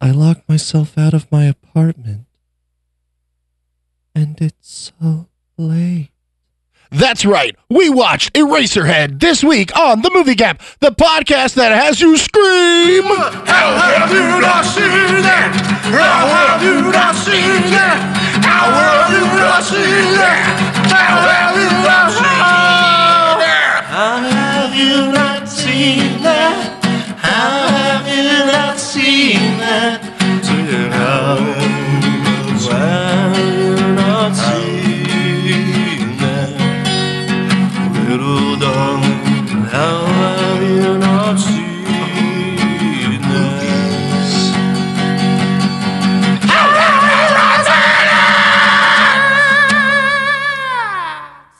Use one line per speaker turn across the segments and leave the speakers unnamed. I locked myself out of my apartment. And it's so late.
That's right. We watched Eraserhead this week on the Movie Gap, the podcast that has you scream.
How well do I see that? How well do I see that? How well do I see that? How well do I see that? How have you not seen that? How have you not seen that? How have you not seen that? Little darling, how have you not seen that?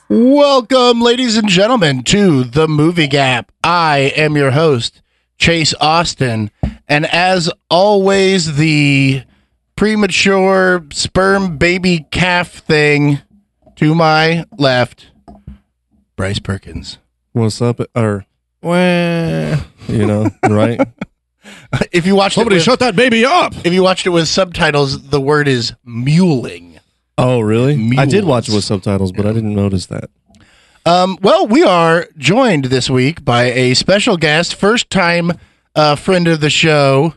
Welcome, ladies and gentlemen, to the Movie Gap. I am your host, Chase Austin. And as always, the premature sperm baby calf thing to my left, Bryce Perkins.
What's up? Or, wah, you know, right?
If you watched it with,
that baby up.
if you watched it with subtitles, the word is muling.
Oh, really? I did
Mules.
watch it with subtitles, but I didn't notice that.
Um, well, we are joined this week by a special guest, first time uh, friend of the show,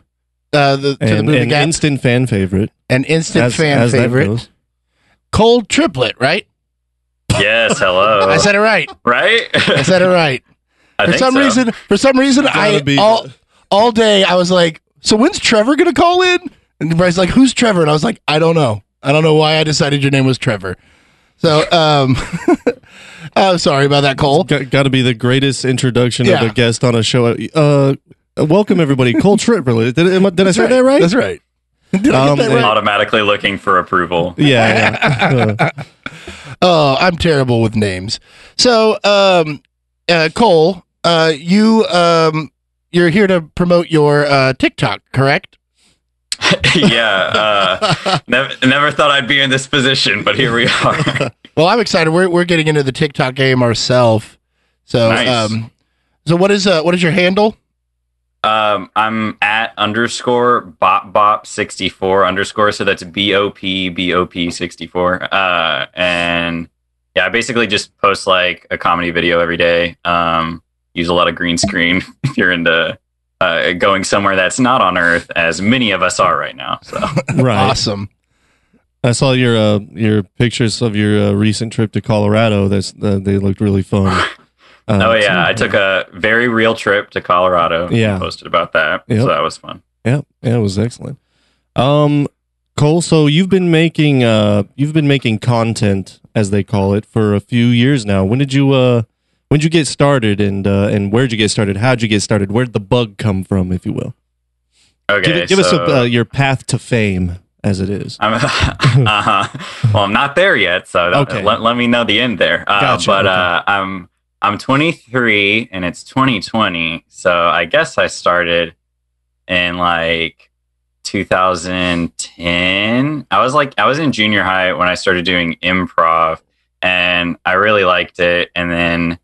uh, the, to the
And
movie
an
gap,
instant fan favorite.
an instant fan
that
favorite,
goes.
Cold Triplet, right?
Yes, hello.
I said it right.
right?
I said it right.
I
for
think
some
so.
reason, for some reason, I
gotta be-
all all day I was like, so when's Trevor gonna call in? And Bryce's like, who's Trevor? And I was like, I don't know. I don't know why I decided your name was Trevor. So, um, I'm sorry about that, Cole.
Got, got to be the greatest introduction
Yeah.
of a guest on a show. Uh, welcome everybody, Cole Tripper. Did, am I- did I say that right?
That's right. Did I
Um,
get that right?
Automatically looking for approval.
Yeah, yeah. Uh,
Oh, I'm terrible with names. So, um, uh, Cole, uh, you um, you're here to promote your uh, TikTok, correct?
yeah. Uh, never, never thought I'd be in this position, but here we are.
Well, I'm excited. We're we're getting into the TikTok game ourselves. So,
Nice.
um, so what is uh, what is your handle?
um, I'm at underscore bop bop 64 underscore. So that's B O P B O P 64. Uh, and yeah, I basically just post like a comedy video every day. Um, use a lot of green screen if you're into uh, going somewhere that's not on Earth, as many of us are right now. So.
right.
Awesome.
I saw your uh, your pictures of your uh, recent trip to Colorado. That's uh, they looked really fun. Uh,
Oh yeah, I took a very real trip to Colorado. and
Yeah.
posted about that,
Yep.
so that was fun.
Yeah, yeah, it was excellent. Um, Cole, so you've been making uh, you've been making content, as they call it, for a few years now. When did you uh, when did you get started, and uh, and where'd you get started? How'd you get started? Where'd the bug come from, if you will?
Okay,
give it, give us
so-
a, uh, your path to fame, as it is.
I'm, uh-huh. Well, I'm not there yet, so that-
Okay.
let, let me know the end there. Uh,
Gotcha,
But
okay.
uh, I'm I'm 23 and it's 2020, so I guess I started in like 2010. I was like I was in junior high when I started doing improv, and I really liked it. And then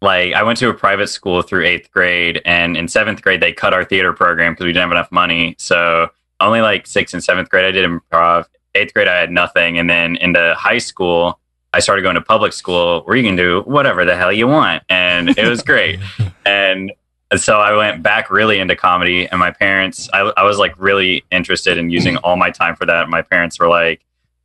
like I went to a private school through eighth grade, and in seventh grade they cut our theater program because we didn't have enough money. So only like sixth and seventh grade I did improv. Eighth grade I had nothing, and then into high school I started going to public school where you can do whatever the hell you want, and it was great. and so I went back really into comedy, and my parents I, I was like really interested in using all my time for that. My parents were like.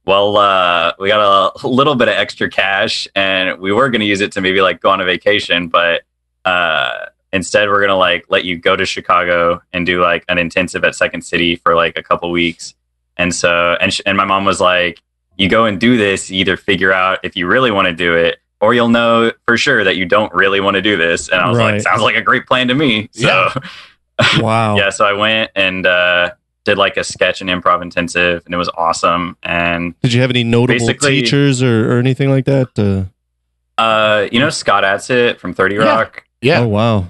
Well, uh, we got a little bit of extra cash, and we were going to use it to maybe like go on a vacation, but uh, instead we're gonna like let you go to chicago and do like an intensive at second city for like a couple weeks and so and, sh- and my mom was like you go and do this you either figure out if you really want to do it or you'll know for sure that you don't really want to do this and i was
Right.
like sounds like a great plan to me so
Yeah. Oh.
wow.
yeah so i went and uh did like a sketch and improv intensive and it was awesome and
Did you have any notable
Basically-
teachers or, or anything like that? Uh,
uh you know scott atzit from 30
Yeah.
rock
Yeah.
Oh wow.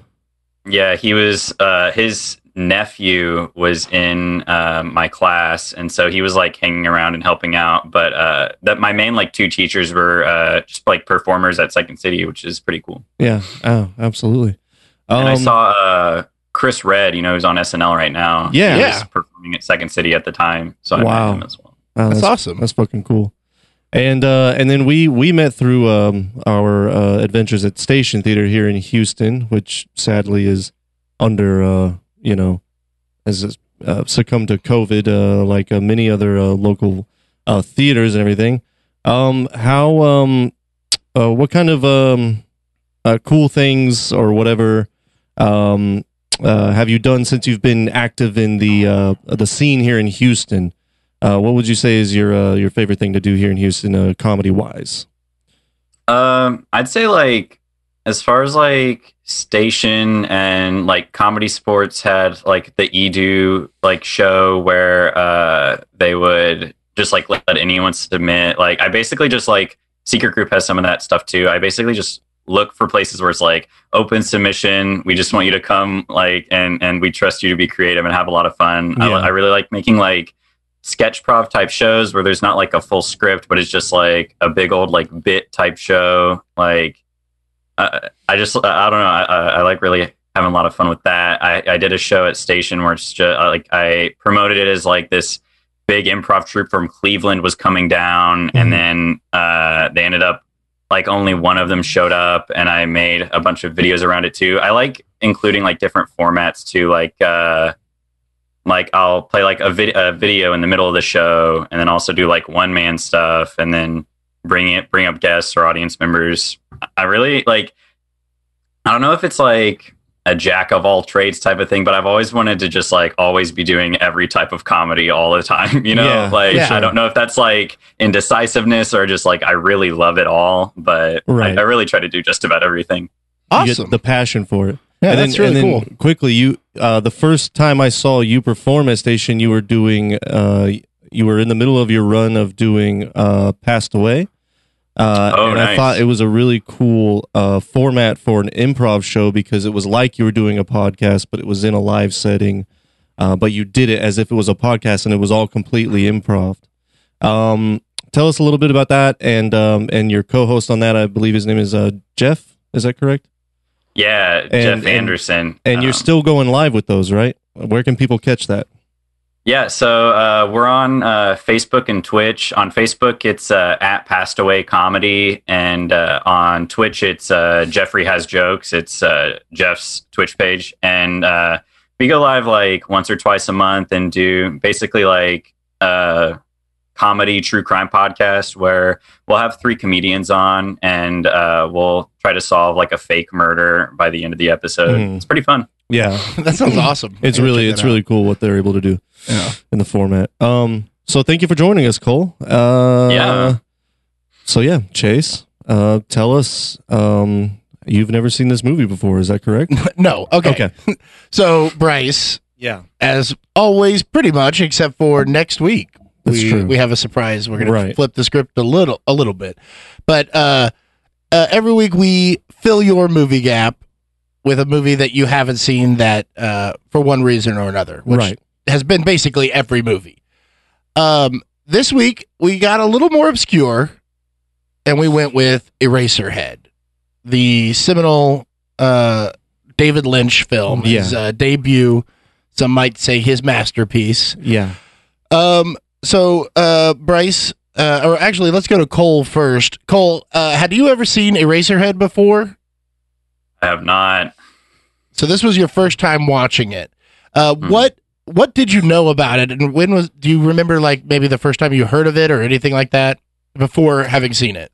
Yeah, he was. Uh, his nephew was in uh, my class, and so he was like hanging around and helping out. But uh, that my main like two teachers were uh, just like performers at Second City, which is pretty cool.
Yeah. Oh, absolutely. Um,
and I saw uh, Chris Red, you know, who's on SNL right now.
Yeah.
he
Yeah.
was performing performing at Second City at the time, so I
Wow.
met him as well.
Wow,
That's awesome.
That's fucking cool. And uh, and then we we met through um, our uh, adventures at Station Theater here in Houston, which sadly is under uh, you know has uh, succumbed to COVID, uh, like uh, many other uh, local uh, theaters and everything. Um, how um, uh, what kind of um, uh, cool things or whatever um, uh, have you done since you've been active in the uh, the scene here in Houston? Uh, what would you say is your uh, your favorite thing to do here in Houston, uh, comedy wise?
Um, I'd say like as far as like station and like comedy sports had like the edu like show where uh they would just like let anyone submit like i basically just like secret group has some of that stuff too i basically just look for places where it's like open submission we just want you to come like and and we trust you to be creative and have a lot of fun I,
Yeah.
I really like making like sketch prov type shows where there's not like a full script but it's just like a big old like bit type show like I, I just I don't know. I, I, I like really having a lot of fun with that. I, I did a show at Station where it's just I, like I promoted it as like this big improv troupe from Cleveland was coming down,
Mhm.
and then uh, they ended up like only one of them showed up, and I made a bunch of videos around it too. I like including like different formats too, like. Uh, like I'll play like a, vid- a video in the middle of the show, and then also do like one man stuff, and then bring it bring up guests or audience members. I really like. I don't know if it's like a jack of all trades type of thing, but I've always wanted to just like always be doing every type of comedy all the time. You know,
Yeah,
like
yeah.
I don't know if that's like indecisiveness or just like I really love it all, but I-
Right.
I, really try to do just about everything.
Awesome.
the passion for it.
yeah,
and then,
that's really
and
cool.
then Quickly, you uh, the first time I saw you perform at Station, you were doing uh, you were in the middle of your run of doing uh, "Passed Away." Uh,
Oh,
and I
nice.
thought it was a really cool uh, format for an improv show because it was like you were doing a podcast, but it was in a live setting. Uh, but you did it as if it was a podcast, and it was all completely improv. Um, tell us a little bit about that, and um, and your co-host on that, I believe his name is uh, Jeff. Is that correct?
Yeah,
And- and-
Jeff Anderson.
And you're
Um,
still going live with those, right? Where can people catch that?
Yeah, so uh, we're on uh, Facebook and Twitch. On Facebook, it's uh, at Passed Away Comedy, and uh, on Twitch, it's uh, Jeffrey Has Jokes. It's uh, Jeff's Twitch page, and uh, we go live like once or twice a month and do basically like a comedy true crime podcast where we'll have three comedians on and uh, we'll try to solve like a fake murder by the end of the episode.
Mhm.
It's pretty fun.
Yeah,
that sounds awesome.
it's
I'm gonna
really
check
it's
that out.
really cool what they're able to do
Yeah.
in the format. Um, so thank you for joining us, Cole. Uh,
Yeah.
So yeah, Chase, uh, tell us. Um, you've never seen this movie before, is that correct?
No. Okay. So Bryce,
Yeah.
as always, pretty much, except for next week.
That's
we,
true.
we have a surprise. We're going to
Right.
flip the script a little, a little bit, but uh, uh, every week we fill your movie gap with a movie that you haven't seen that uh, for one reason or another, which
Right.
has been basically every movie. Um, this week we got a little more obscure, and we went with Eraserhead, the seminal uh, David Lynch film, his uh, debut. Some might say his masterpiece.
Yeah.
Um. So, uh, Bryce, uh, or actually, let's go to Cole first. Cole, uh, had you ever seen Eraserhead before?
I have not
So this was your first time watching it. Uh,
Mhm.
what What did you know about it, and when was? Do you remember like maybe the first time you heard of it or anything like that before having seen it?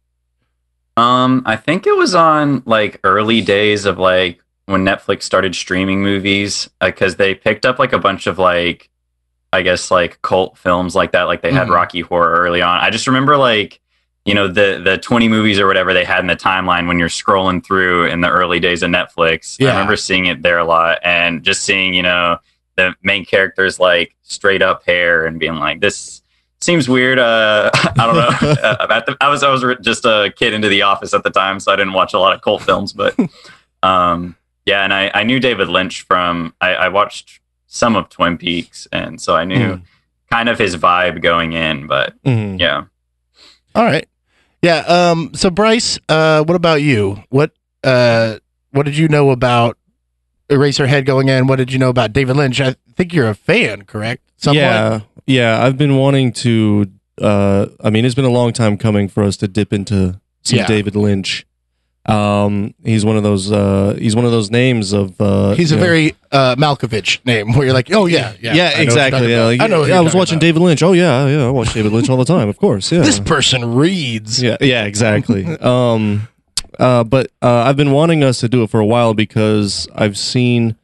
Um, I think it was on like early days of like when Netflix started streaming movies because they picked up like a bunch of like, I guess like cult films like that. Like they had
Mhm.
Rocky Horror early on. I just remember like you know the the twenty movies or whatever they had in the timeline when you're scrolling through in the early days of Netflix.
Yeah.
I remember seeing it there a lot and just seeing you know the main character's like straight up hair and being like this seems weird. Uh, I don't know. Uh, at the, I was I was re- just a kid into the office at the time, so I didn't watch a lot of cult films. But um, yeah, and I, I knew David Lynch from I, I watched some of Twin Peaks, and so I
Mm-hmm.
knew
Hmm.
kind of his vibe going in. But
Mhm.
yeah,
All right. Yeah. Um. So, Bryce, uh, what about you? What uh, What did you know about Eraserhead going in. What did you know about David Lynch? I think you're a fan, correct? Somewhat?
Yeah, yeah. I've been wanting to. Uh, I mean, it's been a long time coming for us to dip into some
Yeah.
David Lynch. Um, he's one of those. Uh, he's one of those names of. Uh,
He's a
you know-
very uh, Malkovich name where you're like, oh, yeah,
yeah,
yeah. I know what you're talking
exactly. Yeah,
about.
like,
I know. what
yeah,
you're
I was
talking
watching
about.
David Lynch. Oh yeah, yeah. I watch David Lynch all the time. Of course. Yeah.
This person reads.
Yeah, yeah, exactly. um, uh, but uh, I've been wanting us to do it for a while because I've seen,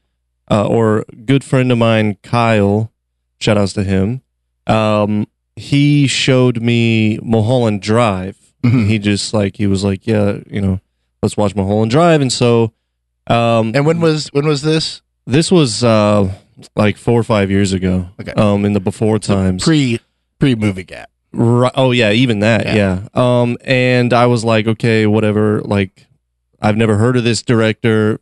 uh, or good friend of mine, Kyle, shout outs to him. Um, he showed me Mulholland Drive.
Mhm.
He just like he was like, yeah, you know, let's watch Mulholland Drive, and so. Um,
And when was when was this?
this was uh, like four or five years ago.
Okay.
Um, in the before times.
Pre pre movie gap.
Right. Oh yeah, even that. Yeah. Um, and I was like, okay, whatever. Like, I've never heard of this director.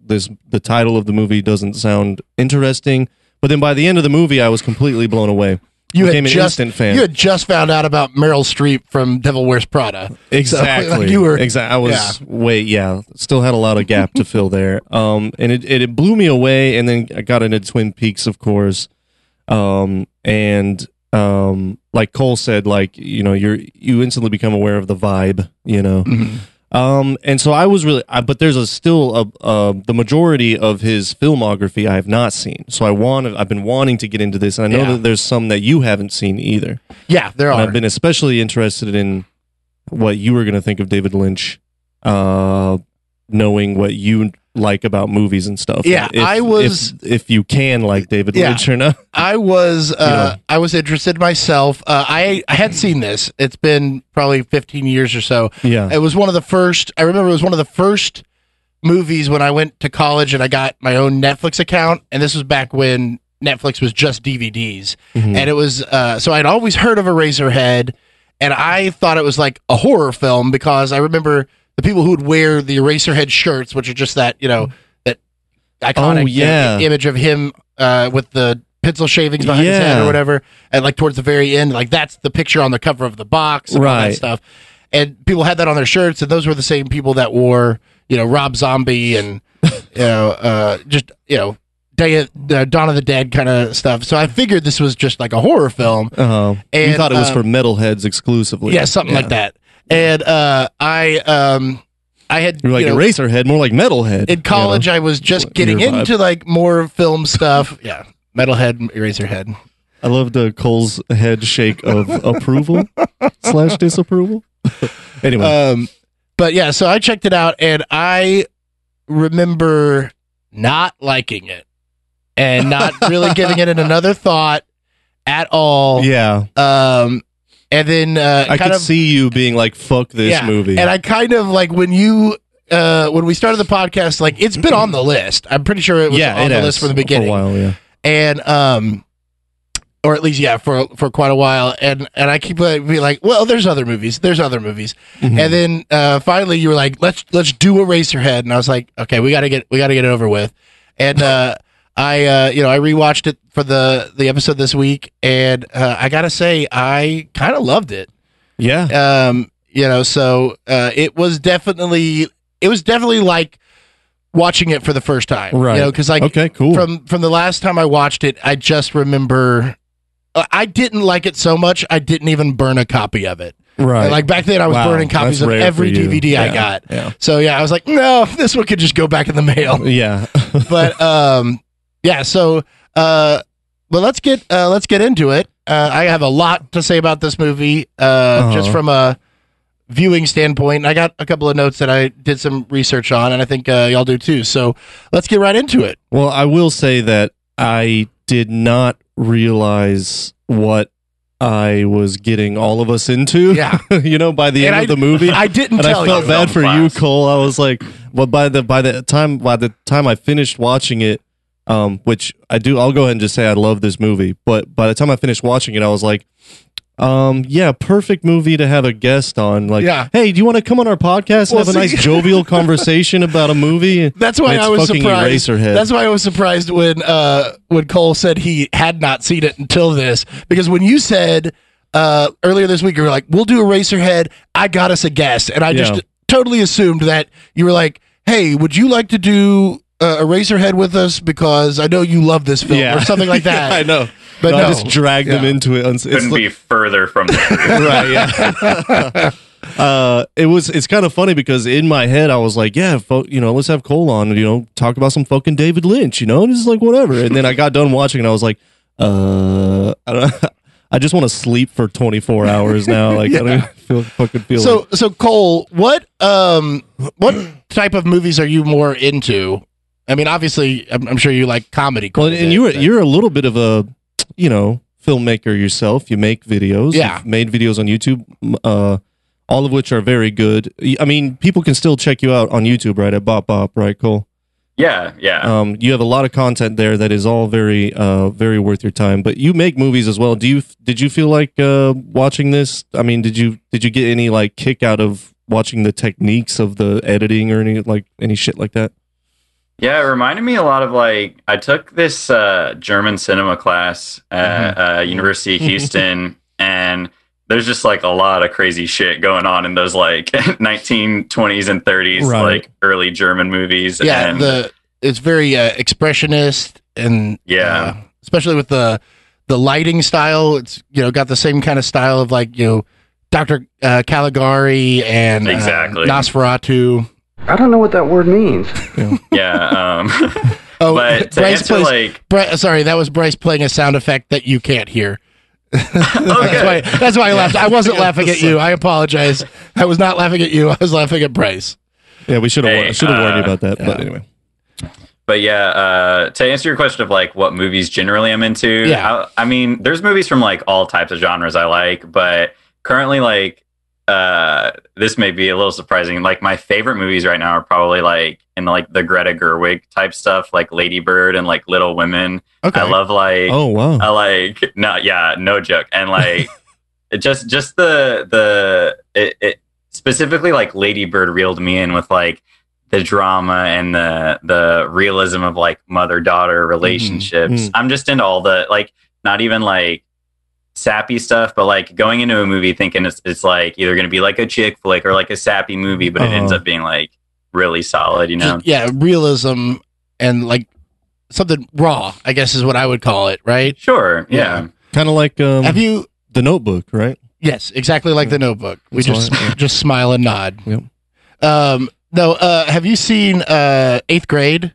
This the title of the movie doesn't sound interesting. But then by the end of the movie, I was completely blown away.
You had
Became an
just
instant fan.
you had just found out about Meryl Streep from Devil Wears Prada.
Exactly.
like, you were-
exactly. I was way yeah. Still had a lot of gap to fill there. Um, and it, it it blew me away. And then I got into Twin Peaks, of course. Um, and um, like Cole said, like you know, you're you instantly become aware of the vibe. You know. Um, and so I was really, I, but there's a still a, uh, the majority of his filmography I have not seen. So I want, to I've been wanting to get into this, and I know
Yeah.
that there's some that you haven't seen either.
Yeah, there
And
are.
I've been especially interested in what you were going to think of David Lynch, uh, knowing what you like about movies and stuff.
Yeah,
If-
I was-
if, if you can like David
Yeah.
Lynch or not.
I was uh,
Yeah.
I was interested myself. Uh, I I had seen this. It's been probably 15 years or so.
Yeah,
It was one of the first. I remember it was one of the first movies when I went to college and I got my own Netflix account. And this was back when Netflix was just DVDs.
Mhm.
And it was uh, so I'd always heard of Eraserhead, and I thought it was like a horror film because I remember the people who would wear the Eraserhead shirts, which are just that you know that iconic
Oh, yeah.
i- image of him uh, with the pencil shavings behind his head or
Yeah.
whatever, and like towards the very end, like that's the picture on the cover of the box, and all that
Right.
stuff. And people had that on their shirts, and those were the same people that wore you know Rob Zombie and you know uh, just you know. Day of, uh, Dawn of the Dead kind of stuff. So I figured this was just like a horror film.
uh,
and,
you thought it was
um,
for metalheads exclusively.
Yeah, something like that. And uh, I um, I had
You're like
you know,
Eraserhead, more like metalhead.
in college. I was just
Your
getting
vibe.
into like more film stuff. yeah, metalhead, eraserhead.
I love the Cole's head shake of approval slash disapproval. anyway,
Um, but yeah, so I checked it out, and I remember not liking it and not really giving it another thought at all.
yeah,
Um, and then uh,
I
kind
could
of
see you being like, "Fuck this
Yeah,
movie."
And I kind of like when you uh when we started the podcast, like it's been on the list. I'm pretty sure it was
yeah,
on
it
the
has
list from the
for a
beginning.
while, yeah.
And um or at least yeah, for for quite a while. And and I keep like be like, well, there's other movies. There's other movies.
Hmm.
And then uh finally you were like, let's let's do Eraserhead. And I was like, okay, we gotta get we gotta get it over with. And uh I uh you know, I rewatched it for the the episode this week and uh, I gotta say I kinda loved it
yeah,
um you know so uh it was definitely it was definitely like watching it for the first time
Right.
you know because like
okay, cool.
from from the last time i watched it i just remember uh, i didn't like it so much i didn't even burn a copy of it
right,
like back then i was
Wow,
burning copies
that's
of
rare for
every
you.
dvd i
Yeah,
got
yeah,
so yeah i was like no this one could just go back in the mail
yeah.
but um yeah so uh but let's get uh let's get into it uh i have a lot to say about this movie uh just
Uh-huh.
from a viewing standpoint i got a couple of notes that i did some research on and i think uh, y'all do too so let's get right into it
Well, I will say that I did not realize what I was getting all of us into.
Yeah.
you know, by the
And
end
I-
of the movie,
i didn't
and
tell
I felt
you
bad for you,
Class.
Cole. I was like, well, by the by the time by the time I finished watching it, um, which I do, I'll go ahead and just say I love this movie. But by the time I finished watching it, I was like, um, yeah, perfect movie to have a guest on. Like,
Yeah.
hey, do you want to come on our podcast and
Well,
have a
see-
nice jovial conversation about a movie?
that's why
It's
i was
fucking
surprised
Eraserhead.
that's why i was surprised when uh when cole said he had not seen it until this because when you said uh earlier this week you were like we'll do eraserhead i got us a guest and i
Yeah.
just totally assumed that you were like, "Hey, would you like to do uh, Eraserhead with us because I know you love this film or something like that.
Yeah, I know.
But
I
no.
just dragged them
Yeah.
into it. It's
Couldn't
like-
be further from the truth.
right yeah uh it was it's kind of funny because in my head i was like yeah fo- you know let's have cole on you know talk about some fucking david lynch you know and it's like whatever and then i got done watching and i was like uh i don't I just want to sleep for 24 hours now. Like I don't feel fucking feel.
So so Cole, what um what type of movies are you more into? I mean, obviously, I'm, I'm sure you like comedy.
well, and,
Quite a
and
bit,
you're
but-
you're a little bit of a you know filmmaker yourself. You make videos.
Yeah.
You've made videos on YouTube. m- Uh, all of which are very good. Y- I mean, people can still check you out on YouTube, right? At Bop Bop, right, Cole?
Yeah, yeah.
um, you have a lot of content there that is all very uh, very worth your time but you make movies as well do you did you feel like uh, watching this i mean did you did you get any like kick out of watching the techniques of the editing or any like any shit like that
Yeah, it reminded me a lot of like I took this uh, German cinema class at
Mm-hmm.
uh, University of Houston, and there's just like a lot of crazy shit going on in those like 1920s and 30s,
Right.
like early German movies.
yeah,
and,
the it's very uh, expressionist and
Yeah.
uh, especially with the the lighting style. It's you know got the same kind of style of like you know Doctor uh, Caligari and uh,
Exactly.
Nosferatu.
I don't know what that word means.
yeah. Um,
Oh,
but to
Bryce
answer
plays.
like,
Bri- sorry, that was Bryce playing a sound effect that you can't hear.
oh,
That's
good.
why. That's why I laughed. I wasn't laughing at you. I apologize. I was not laughing at you. I was laughing at Bryce.
yeah we should have
Hey,
should have warned you
uh,
about that but anyway
but yeah, uh, to answer your question of like what movies generally I'm into,
Yeah.
I, I mean, there's movies from like all types of genres I like, but currently, like, uh, this may be a little surprising. Like, my favorite movies right now are probably like in like the Greta Gerwig type stuff, like Lady Bird and like Little Women.
Okay.
I love like
oh wow
I like no, yeah, no joke, and like it just just the the it, it specifically like Lady Bird reeled me in with like the drama and the the realism of like mother daughter relationships.
mhm.
I'm just into all the like not even like sappy stuff, but like going into a movie thinking it's it's like either gonna be like a chick flick or like a sappy movie, but it ends
Uh-huh.
up being like really solid, you know?
Just- yeah, realism and like something raw. I guess is what I would call it. Right?
Sure,
Yeah.
yeah.
kind of like um,
Have you?
the notebook right
Yes, exactly like the Notebook. We
That's
just
all right, yeah.
just smile and nod.
Yep.
Um. No. Uh. Have you seen uh Eighth Grade?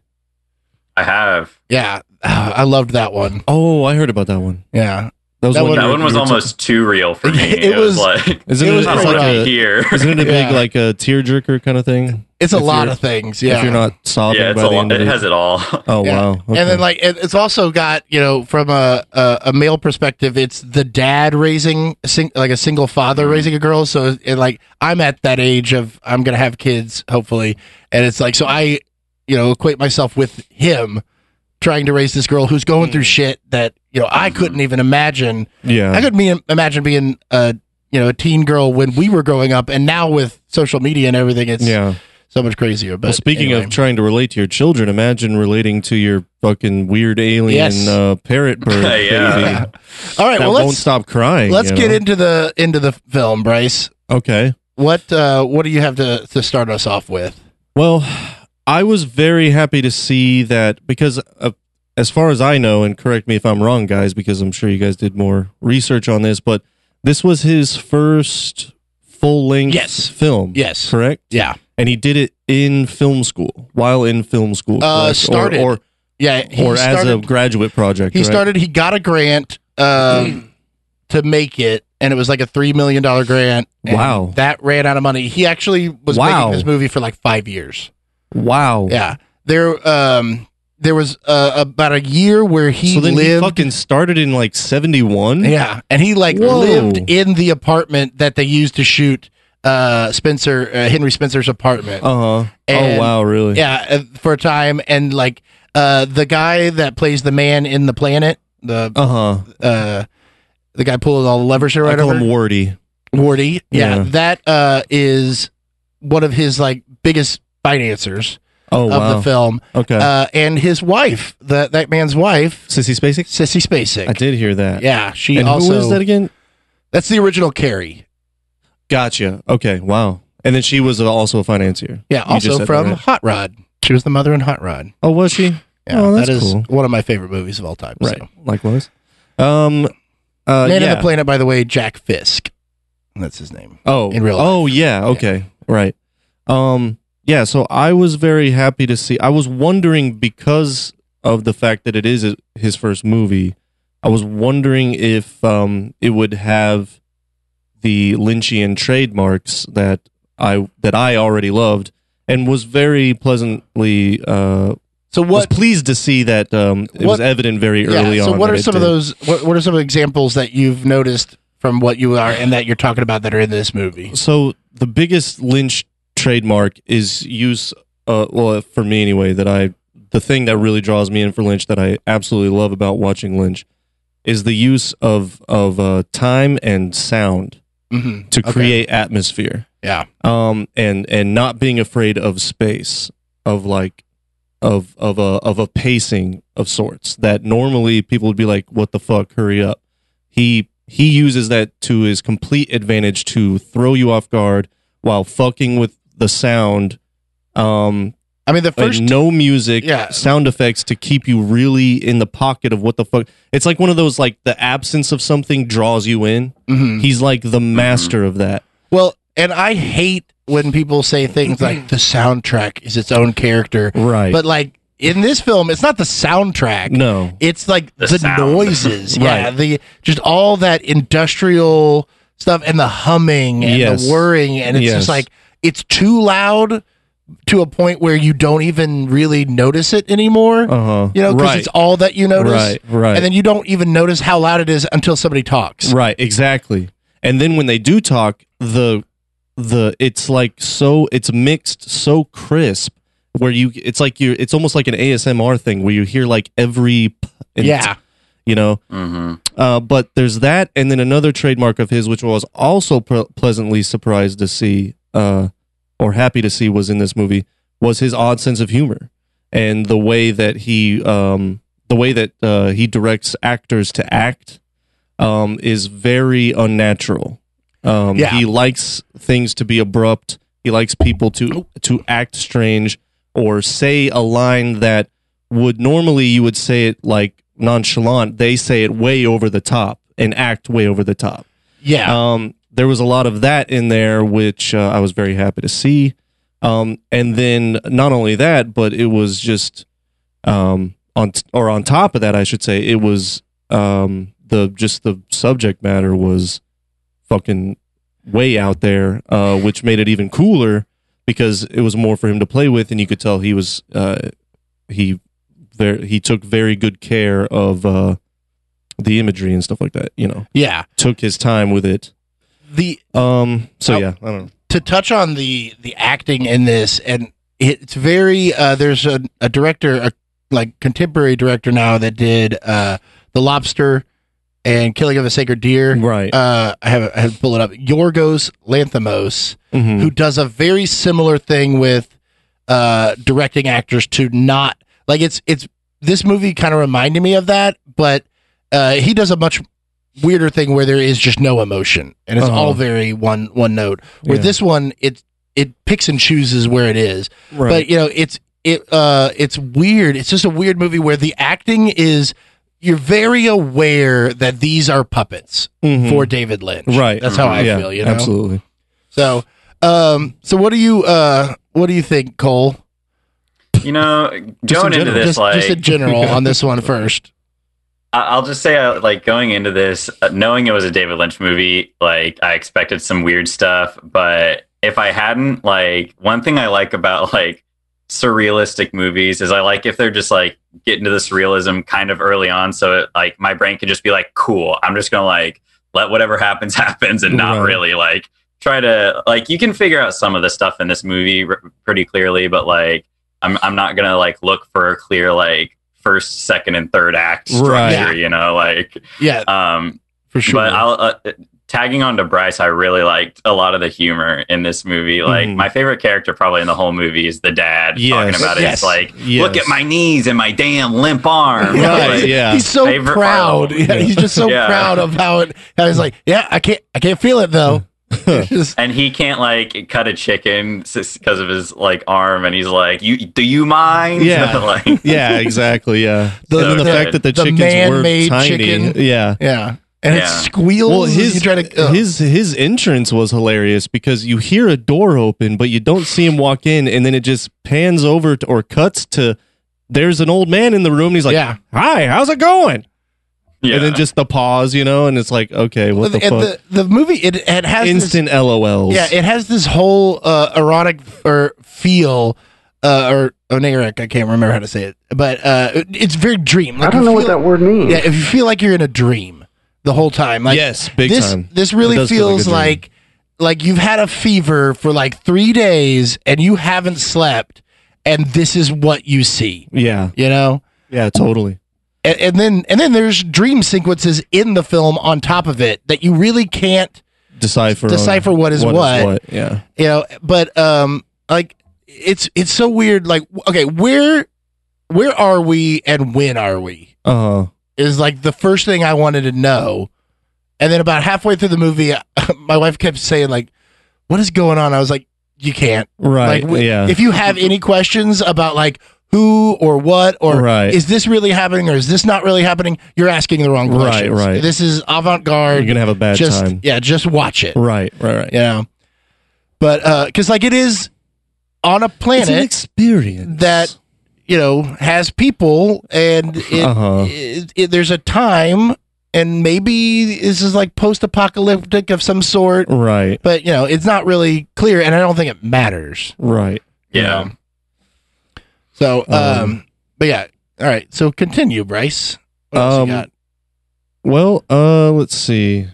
I have.
Yeah. Ah, I loved that one.
oh i heard about that one
Yeah.
that was
That
one
one-
That
you-
one was
you were ta-
almost too real for me.
It
It, was,
was-
like
isn't
it
it,
was
I
it's
don't
like
like
want
a,
to be here.
isn't it a big
Yeah.
like a tearjerker kind of thing
It's a
If
lot
you're-
of things. Yeah.
if you're not sobbing
yeah, it's
by
a
the
lot.
end of
It
it,
has it all.
oh
Yeah.
wow okay.
And then like it, it's also got you know from a, a a male perspective, it's the dad raising sing, like a single father
Mm-hmm.
raising a girl. So it, like I'm at that age of I'm gonna have kids hopefully, and it's like so I you know equate myself with him trying to raise this girl who's going through
Mm.
shit that you know I
Mm-hmm.
couldn't even imagine. I
yeah
could me imagine being a you know a teen girl when we were growing up, and now with social media and everything, it's
yeah
so much crazier. But
well, speaking
anyway.
of trying to relate to your children, imagine relating to your fucking weird alien
Yes.
uh, parrot bird baby
Yeah.
all right,
that
well
won't
let's.
stop crying.
Let's
you
get
know?
into the into the film, Bryce.
Okay.
What uh, what do you have to, to start us off with?
Well, I was very happy to see that because, uh, as far as I know, and correct me if I'm wrong, guys, because I'm sure you guys did more research on this, but this was his first full length
Yes.
film.
Yes.
Correct.
Yeah,
And he did it in film school while in film school.
Uh,
correct? Or-
started.
or
yeah. He
or, as a
started-
graduate project.
he
right?
started. He got a grant um, to make it, and it was like a three million dollar grant. and
Wow.
that ran out of money. He actually was
Wow. Oh.
making this movie for like five years.
Wow.
Yeah, there um there was uh, about a year where he
so then
lived.
he fucking started in like 71
Yeah, and he like
Whoa.
lived in the apartment that they used to shoot uh Spencer uh, Henry Spencer's apartment.
uh-huh oh
And-
wow really
yeah uh, for a time and like uh the guy that plays the man in the planet the
uh-huh
uh the guy pulling all the levers or
i call
whatever
him wardy
wardy yeah,
Yeah.
that uh is one of his like biggest financiers
oh
of
wow
the film
okay
uh and his wife that that man's wife
sissy spacek
sissy spacek
i did hear that
yeah she
and
also
who is that again
that's the original carrie
gotcha okay wow and then she was also a financier
yeah
You just
also
said
from
that, right?
hot rod She was the mother in Hot Rod.
Oh, was she?
Yeah,
Oh, that's
that is
cool.
one of my favorite movies of all time.
Right.
So.
Likewise. Um. Uh,
Man
yeah.
of the Planet, by the way, Jack Fisk. That's his name.
Oh,
in real
Oh, yeah. Okay. Right. Um. Yeah. So I was very happy to see. I was wondering because of the fact that it is his first movie. I was wondering if um it would have the Lynchian trademarks that I that I already loved and was very pleasantly uh
So
was
what?
pleased to see that um it was
What-
evident very early
yeah,
on.
so what
that
are
it
some of
did.
those? What, what are some examples that you've noticed from what you are and that you're talking about that are in this movie?
So the biggest Lynch trademark is use. Uh, well, for me anyway, that I the thing that really draws me in for Lynch that I absolutely love about watching Lynch is the use of of uh, time and sound
hmm
to
Okay.
create atmosphere.
Yeah.
Um. And and not being afraid of space of like of of a of a pacing of sorts that normally people would be like, "What the fuck? Hurry up!" He he uses that to his complete advantage to throw you off guard while fucking with the sound. Um,
I mean, the
and
first
no music,
Yeah.
sound effects to keep you really in the pocket of what the fuck. It's like one of those like the absence of something draws you in.
Mhm.
He's like the master of that.
Well, and I hate when people say things like the soundtrack is its own character.
Right.
But like in this film, it's not the soundtrack.
no.
It's like the,
The sound.
noises. Yeah.
Right.
The just all that industrial stuff and the humming and
Yes.
the whirring and it's
Yes.
just like it's too loud to a point where you don't even really notice it anymore.
Uh huh.
You know, because
right.
it's all that you notice.
Right, right.
And then you don't even notice how loud it is until somebody talks.
Right, exactly. And then when they do talk, the the it's like so it's mixed so crisp where you it's like you it's almost like an ASMR thing where you hear like every p- and
Yeah.
t- you know.
hmm
Uh, but there's that, and then another trademark of his, which I was also pre- pleasantly surprised to see, uh, or happy to see, was in this movie, was his odd sense of humor and the way that he, um, the way that uh, he directs actors to act, um, is very unnatural. Um,
Yeah.
He likes things to be abrupt. He likes people to to act strange or say a line that would normally you would say it like nonchalant. They say it way over the top and act way over the top.
Yeah.
Um, there was a lot of that in there, which uh, I was very happy to see. Um, and then not only that, but it was just um, on t- or on top of that, I should say, it was um, the just the subject matter was fucking way out there, uh, which made it even cooler because it was more for him to play with, and you could tell he was uh, he there he took very good care of uh, the imagery and stuff like that. You know,
yeah.
took his time with it.
The
Um. So
Oh.
yeah, I don't know.
to touch on the the acting in this and it's very uh there's a, a director a like contemporary director now that did uh the lobster and killing of a sacred deer
Right.
uh i have i have to pull it up yorgos lanthimos
Mhm.
who does a very similar thing with uh directing actors to not like it's it's this movie kind of reminded me of that but uh he does a much weirder thing where there is just no emotion and it's
Uh-huh.
all very one one note where
Yeah.
this one it it picks and chooses where it is but you know it's it uh it's weird it's just a weird movie where the acting is you're very aware that these are puppets
Mhm.
for David Lynch.
right. Mm-hmm.
That's how I
Yeah,
feel, you know.
Absolutely.
So, um, so what do you, uh, what do you think, Cole?
You know, going into
general.
this,
Just,
like,
just in general on this one first.
I- I'll just say, uh, like, going into this, uh, knowing it was a David Lynch movie, like, I expected some weird stuff. But if I hadn't, like, one thing I like about, like, surrealistic movies is I like if they're just, like, getting to the surrealism kind of early on. So, it, like, my brain could just be like, cool, I'm just going to, like, let whatever happens, happens, and not
Right.
really, like, try to, like, you can figure out some of the stuff in this movie r- pretty clearly, but, like, I'm, I'm not going to, like, look for a clear, like, first, second, and third act structure,
Right.
you know, like,
Yeah,
um,
for sure.
but I'll, uh, tagging on to Bryce, I really liked a lot of the humor in this movie. Like,
Mhm.
my favorite character probably in the whole movie is the dad
Yes.
talking about
Yes.
his, like,
Yes.
look at my knees and my damn limp arm.
Right,
Like,
yeah.
he's so
Favorite
proud.
part of
Yeah, he's just so
Yeah.
proud of how it. How he's like, yeah, I can't, I can't feel it though. Just-
and he can't like cut a chicken because of his like arm, and he's like, "You do you mind?"
Yeah.
like,
yeah, exactly. Yeah,
The-
and the,
the-
fact that the,
the
chickens were
man-made
tiny.
chicken.
Yeah.
yeah, and it
Yeah.
squeals.
Well,
and you
his
try to, ugh.
his his entrance was hilarious because you hear a door open, but you don't see him walk in, and then it just pans over to, or cuts to. There's an old man in the room. And he's like,
yeah.
"Hi, how's it going?"
yeah.
And then just the pause, you know, and it's like, "Okay, what the
and
fuck?"
the the movie it, it has this
Instant LOLs.
Yeah, it has this whole uh, erotic or feel uh, or oneric. I can't remember how to say it, but uh, it- it's very dream.
I
Like,
don't
you
know what
feel-
that word means.
Yeah, if you feel like you're in a dream the whole time, like
yes, big
this
time.
this
It
really
does feel like
feels
a dream.
like like you've had a fever for like three days and you haven't slept, and this is what you see.
Yeah,
You know.
yeah, totally.
and, and then and then there's dream sequences in the film on top of it that you really can't
Decipher on
Decipher what is what.
Yeah,
you know but um like it's it's so weird like w- okay where where are we and when are we
uh huh.
is like the first thing i wanted to know and then about halfway through the movie my wife kept saying like what is going on i was like you can't
Right.
like w-
yeah.
if you have any questions about like who or what or
Right.
is this really happening or is this not really happening you're asking the wrong
Right,
questions
right.
this is
You're
avant-garde
gonna have a bad
just
time.
yeah just watch it
Right. Right. Right.
you know but uh because like it is on a
It's an
planet
experience
that you know has people and it,
Uh-huh.
it, it- there's a time and maybe this is like post-apocalyptic of some sort
Right.
but you know it's not really clear and i don't think it matters
Right.
you
Yeah.
know? so um,
Um,
but yeah all right so continue bryce what else
Um,
you got?
Well, uh, let's see.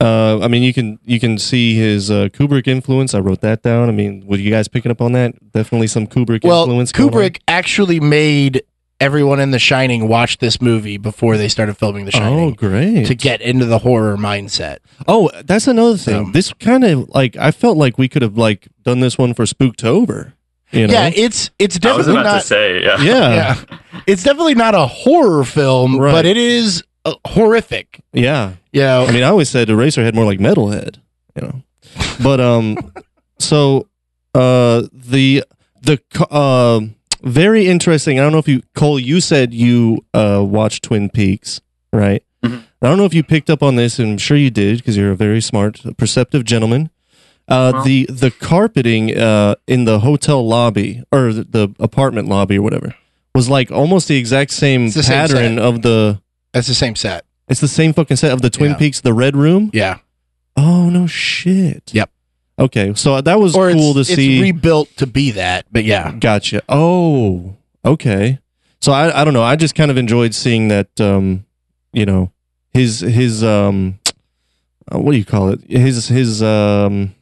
Uh, I mean, you can you can see his uh, Kubrick influence. I wrote that down. I mean, were you guys picking up on that? Definitely some Kubrick
well
influence. going on.
kubrick actually made everyone in the shining watch this movie before they started filming the shining
Oh, great.
to get into the horror mindset.
oh, that's another thing.
So-
this kind of like I felt like we could have like done this one for Spooktober. You know?
Yeah, it's it's
I was
definitely
about
not.
to say,
Yeah.
yeah.
Yeah.
yeah, it's definitely not a horror film,
Right.
but it is uh, horrific. You know,
I mean, I always said Eraserhead more like Metalhead, you know. But um, so uh, the the co- uh, very interesting. I don't know if you Cole, you said you uh watched Twin Peaks, right?
Mm-hmm.
Mhm.
I don't know if you picked up on this, and I'm sure you did because you're a very smart, perceptive gentleman. Uh,
Well-
the the carpeting uh in the hotel lobby or the, the apartment lobby or whatever was like almost the exact same
It's the same
pattern
set.
of the.
that's the same set.
It's the same fucking set of the Twin
Yeah.
Peaks, the Red Room.
Yeah,
Oh no shit.
Yep.
Okay, so that was
or
cool to
it's, it's
see.
rebuilt to be that. But yeah,
gotcha. Oh, okay. So I I don't know. I just kind of enjoyed seeing that. Um, you know, his his um, uh, what do you call it? His his um,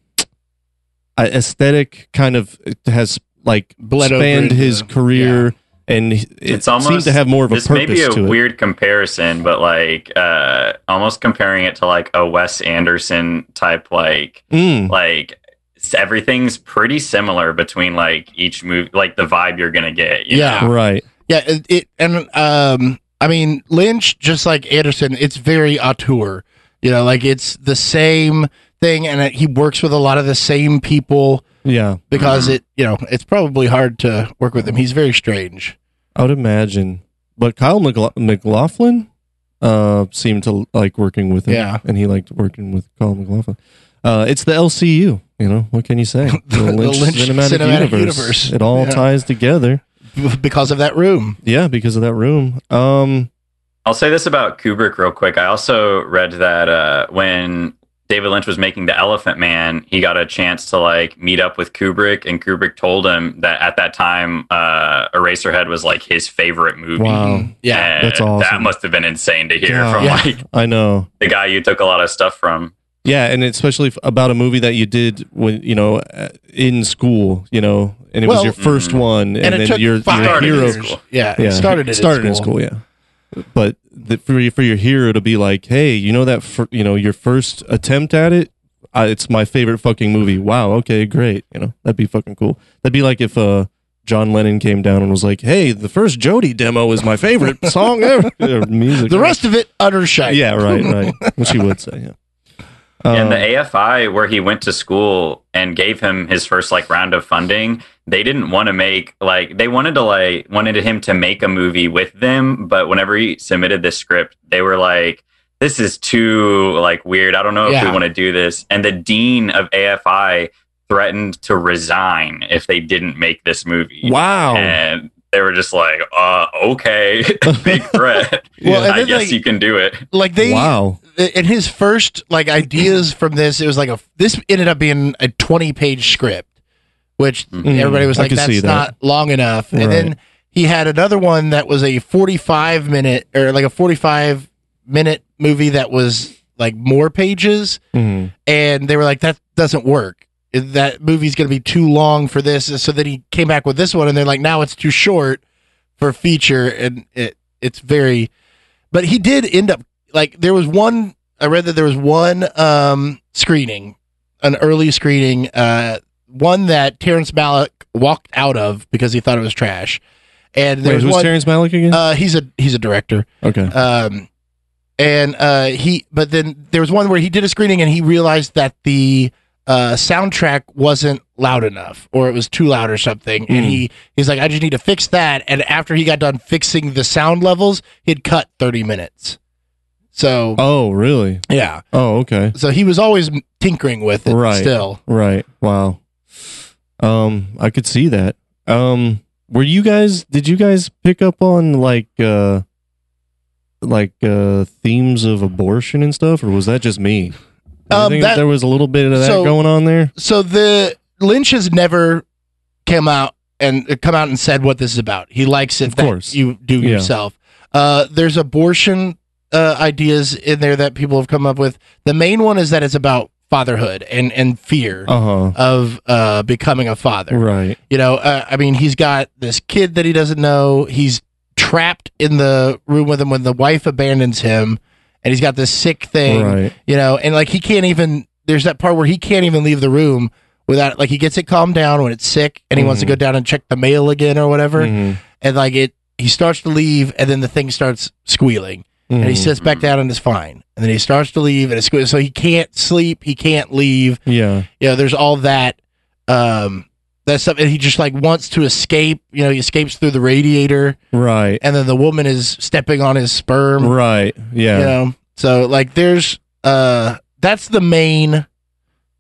uh, aesthetic kind of has like
Bled over
spanned
into-
his career, and it
It's
seems
almost-
to have more of a
This may
purpose
be a
to it.
weird comparison, but like uh, almost comparing it to like a Wes Anderson type like
Mm,
like s- everything's pretty similar between like each movie, like the vibe you're gonna get. you
Yeah.
know?
right.
yeah, it, it and um, I mean Lynch, just like Anderson, it's very auteur. You know, like it's the same thing, and it, he works with a lot of the same people
Yeah,
because it, you know, it's probably hard to work with him. He's very strange.
I would imagine. But Kyle McLa- McLaughlin uh, seemed to like working with him.
Yeah.
And he liked working with Kyle McLaughlin. Uh, it's the LCU, you know, what can you say?
The- the Lynch Cinematic Universe.
It all
Yeah.
ties together.
because of that room.
Yeah, because of that room. Um,
I'll say this about Kubrick real quick. I also read that uh, when David Lynch was making The Elephant Man, he got a chance to like meet up with Kubrick, and Kubrick told him that at that time, uh, Eraserhead was like his favorite movie.
Wow.
Yeah.
And
that's awesome.
That must have been insane to hear
Yeah.
from
Yeah.
like
I know.
the guy you took a lot of stuff from.
Yeah, and especially f- about a movie that you did when, you know, uh, in school, you know, and it was
Well, mm-hmm.
your 1st
mhm.
one and,
And, it
then
took
your,
five
your
Started in
hero
years.
school.
Yeah,
yeah,
It started at
started
school.
in school. Yeah, but the, for your, for your hero to be like, hey, you know that fir- you know your first attempt at it, I, it's my favorite fucking movie. Wow, okay, great. You know that'd be fucking cool. That'd be like if uh, John Lennon came down and was like, hey, the first Jody demo is my favorite song ever. Or music.
The rest of it utter shite.
yeah, right, right. Which he would say. Yeah.
and
Oh.
the
Uh,
AFI where he went to school and gave him his first like round of funding, they didn't want to make like they wanted to like wanted him to make a movie with them, but whenever he submitted this script, they were like this is too like weird. I don't know if
Yeah.
we want to do this. And the dean of AFI threatened to resign if they didn't make this movie.
wow.
And they were just like, uh, okay, big threat.
Well, and
I
then,
guess
like-
you can do it.
Like they
wow.
in his first like ideas from this, it was like a this ended up being a twenty page script, which
Mhm.
everybody was
Mm, Mm-hmm. I
like,
can
"That's
see that.
not long enough." And then
Right.
he had another one that was a forty five minute or like a forty five minute movie that was like more pages,
Mhm.
and they were like, "That doesn't work." That movie's going to be too long for this. And So then he came back with this one, and they're like, "Now it's too short for feature," and it it's very. But he did end up like there was one I read that there was one um, screening, an early screening, uh, one that Terrence Malick walked out of because he thought it was trash. And there
Wait,
was
who's
one.
Terrence Malick again?
uh, he's a he's a director.
okay.
Um, and uh, he, but then there was one where he did a screening and he realized that the uh, soundtrack wasn't loud enough, or it was too loud, or something. And
Mm.
he he's like, I just need to fix that. And after he got done fixing the sound levels, he'd cut thirty minutes. So
Oh, really?
yeah,
Oh, okay.
so he was always tinkering with it
Right.
still.
Right. Wow. Um, I could see that. Um, were you guys? Did you guys pick up on like, uh, like uh, themes of abortion and stuff, or was that just me? Do you
Um,
think
that-
there was a little bit of that
so-
going on there.
So the Lynch has never came out and uh, come out and said what this is about. He likes it
Of
that
course.
you do
Yeah.
yourself. Uh, there's abortion uh, ideas in there that people have come up with. The main one is that it's about fatherhood and and fear
Uh huh.
of uh, becoming a father.
Right.
You know, uh, I mean, he's got this kid that he doesn't know. He's trapped in the room with him when the wife abandons him, and he's got this sick thing
Right.
you know, and like he can't even. There's that part where he can't even leave the room without like he gets it calmed down when it's sick, and he wants to
Mhm.
go down and check the mail again or whatever,
Mhm.
and like it. He starts to leave, and then the thing starts squealing, and he
Mhm.
sits back down and is fine, and then he starts to leave, and it's squealing. So he can't sleep, he can't leave.
"Yeah,
You know, there's all that. Um, that stuff, and he just like wants to escape. You know, he escapes through the radiator,
right,
and then the woman is stepping on his sperm
right, yeah,
you know so like there's uh that's the main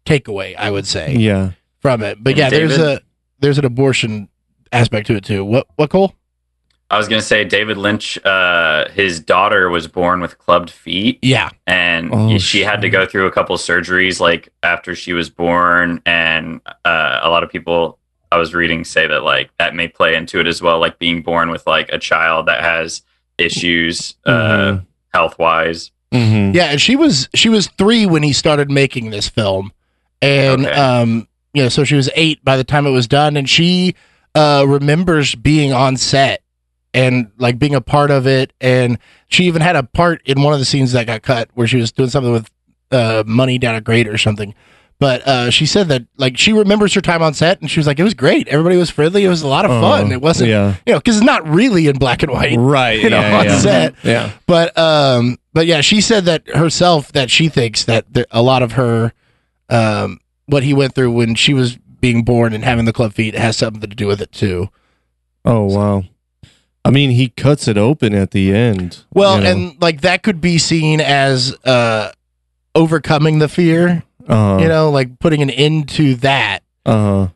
takeaway i would say
yeah."
from it but
And
yeah there's
David-
a there's an abortion aspect to it too what what cole
I was gonna say David Lynch. Uh, his daughter was born with clubbed feet,
yeah
and
Oh,
she had to
shit.
go through a couple surgeries like after she was born. And uh, a lot of people I was reading say that like that may play into it as well, like being born with like a child that has issues
Mm-hmm.
uh, health wise.
Mhm.
yeah and she was she was three when he started making this film and
Okay.
um you know so she was eight by the time it was done and she uh remembers being on set and like being a part of it and she even had a part in one of the scenes that got cut where she was doing something with uh money down a grate or something but uh, she said that like she remembers her time on set, and she was like, "It was great. Everybody was friendly. It was a lot of fun.
Uh,
It wasn't,
yeah,
you know, because it's not really in black and white
right,
you know,
yeah,
on
yeah.
set.
Yeah.
But um, but yeah, she said that herself that she thinks that the, a lot of her, um, what he went through when she was being born and having the club feet has something to do with it too.
Oh wow. I mean, he cuts it open at the end.
Well,
you know.
and like that could be seen as uh, overcoming the fear,
uh-huh,
you know, like putting an end to that.
uh-huh.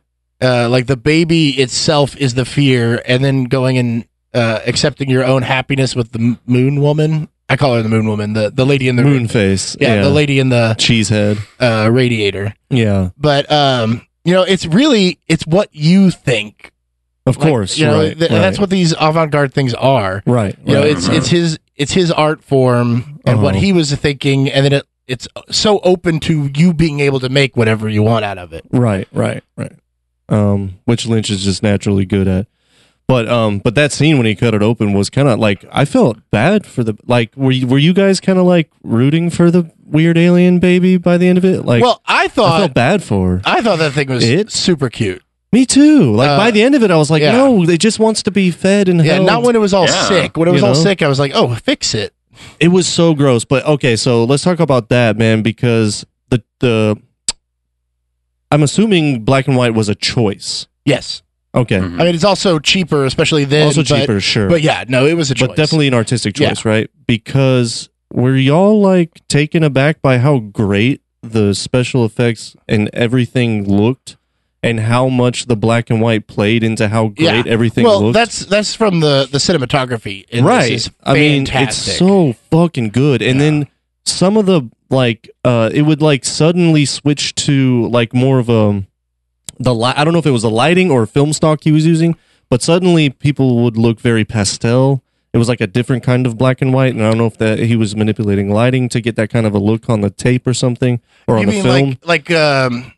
Uh, like the baby itself is the fear, and then going and uh, accepting your own happiness with the m- moon woman. I call her the moon woman, the the lady in the
moon face.
yeah, the lady in the
cheesehead.
uh, radiator.
Yeah,
But um, you know, it's really it's what you think.
of
Like,
course.
you know,
right,
th-
right,
that's what these avant-garde things are.
Right.
You know,
right.
it's it's his it's his art form and what
Uh-huh.
he was thinking, and then it it's so open to you being able to make whatever you want out of it.
Right, right, right. Um, which Lynch is just naturally good at. But um, but that scene when he cut it open was kind of like I felt bad for the like were you, were you guys kind of like rooting for the weird alien baby by the end of it? Like,
well, uh, I
I
thought
felt bad for. her.
I, thought that thing was
It?
super cute.
Me too. Like
Uh,
by the end of it, I was like,
yeah.
no, they just wants to be fed and
Yeah,
held.
not when it was all
Yeah.
sick. When it was
You
all
know?
sick, I was like, oh, fix it.
it was so gross. But okay, so let's talk about that, man, because the the I'm assuming black and white was a choice.
Yes.
Okay.
Mhm.
I mean, it's also cheaper, especially then.
also
Mm. but-
cheaper, sure.
But yeah, no, it was a choice.
But definitely an artistic
Yeah.
choice, right? Because were y'all like taken aback by how great the special effects and everything looked and how much the black and white played into how
Yeah.
great everything
well,
looked?
that's that's from the the cinematography. and this
right.
is
I mean, it's
fantastic.
so fucking good. And then some of the like, uh, it would like suddenly switch to like more of a the li- I don't know if it was the lighting or film stock he was using, but suddenly people would look very pastel. It was like a different kind of black and white, and I don't know if that he was manipulating lighting to get that kind of a look on the tape or something or
you
on the
mean
film.
like like um,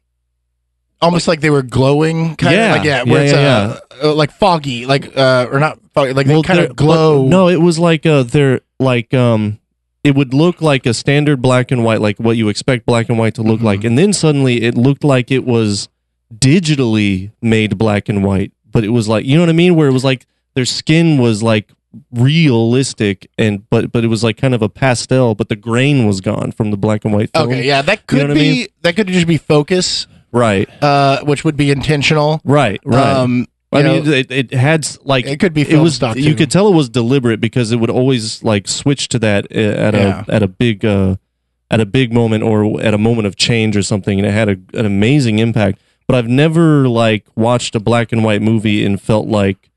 almost like, they were glowing, kind
Yeah.
of like yeah,
Yeah,
where it's
yeah,
uh, uh, like foggy, like uh, or not foggy, like they kind
they're-
of glow.
but- no, it was like uh, they're like um, it would look like a standard black and white, like what you expect black and white to look
Mhm.
like, and then suddenly it looked like it was digitally made black and white, but it was like you know what I mean, where it was like their skin was like realistic and but but it was like kind of a pastel but the grain was gone from the black and white film
Okay, yeah, that could
know what I
be
mean?
that could just be focus,
right
uh, which would be intentional.
right right
Um,
i
you
mean
know,
it, it had s- like
it could be
it
film
was
stock.
you
too.
could tell it was deliberate because it would always like switch to that uh, at
Yeah.
a at a big uh, at a big moment or at a moment of change or something and it had a, an amazing impact but i've never like watched a black and white movie and felt like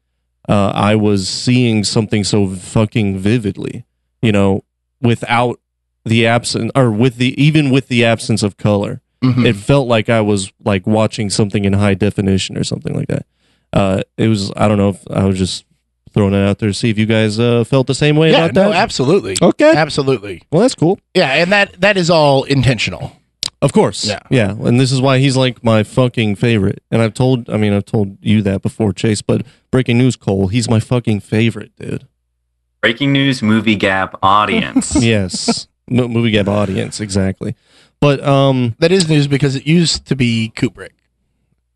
uh, i was seeing something so fucking vividly you know without the absence or with the even with the absence of color
Mhm.
it felt like I was like watching something in high definition or something like that. Uh, it was I don't know if I was just throwing it out there to see if you guys uh, felt the same way
yeah,
about
no,
that.
absolutely,
okay,
absolutely.
well that's cool.
Yeah, and that that is all intentional.
Of course,
Yeah.
yeah, and this is why he's like my fucking favorite. And I've told, I mean, I've told you that before, Chase. But breaking news, Cole, he's my fucking favorite, dude.
Breaking news movie gap audience.
Yes, Mo- movie gab audience, exactly. But um,
That is news because it used to be Kubrick.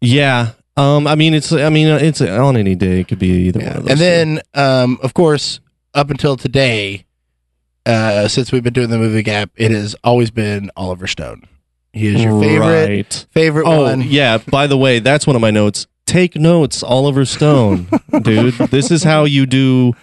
yeah, um, I mean, it's, I mean, uh, it's uh, on any day. It could be either one of those.
And
two.
then, um, of course, up until today, uh, since we've been doing the movie gap, it has always been Oliver Stone. He is your favorite
Right.
favorite
Oh
one.
yeah. By the way, that's one of my notes. Take notes, Oliver Stone, dude. This is how you do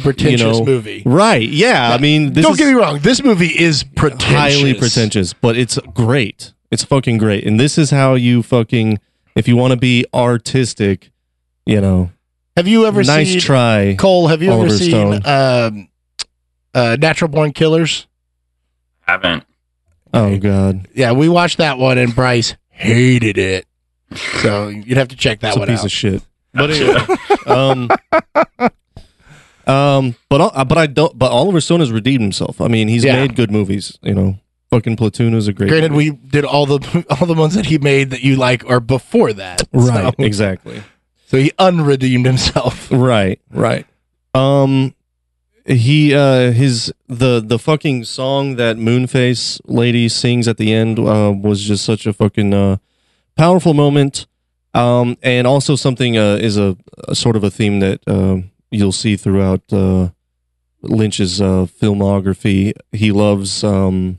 A pretentious
know,
movie.
right. Yeah, I mean, this is
Don't get me wrong. This movie is pretentious.
highly pretentious, but it's great. It's fucking great, and this is how you fucking if you want to be artistic, you know.
Have you ever
nice
seen
try.
Cole? Have you
Oliver
ever seen
Stone.
um, uh, Natural Born Killers?
Haven't.
Oh god,
Yeah, we watched that one, and Bryce hated it. So you'd have to check that
it's a
one
piece of
out.
shit. But anyway, um, um, but I'll- but I don't. But Oliver Stone has redeemed himself. I mean, he's
Yeah.
made good movies. You know, fucking Platoon is a great.
Granted, we did all the all the ones that he made that you like are before that.
Right.
So,
Exactly.
so he unredeemed himself.
Right. Right. Um he uh his the the fucking song that Moonface lady sings at the end uh, was just such a fucking uh powerful moment. Um and also something uh is a, a sort of a theme that um you'll see throughout uh Lynch's uh filmography. He loves um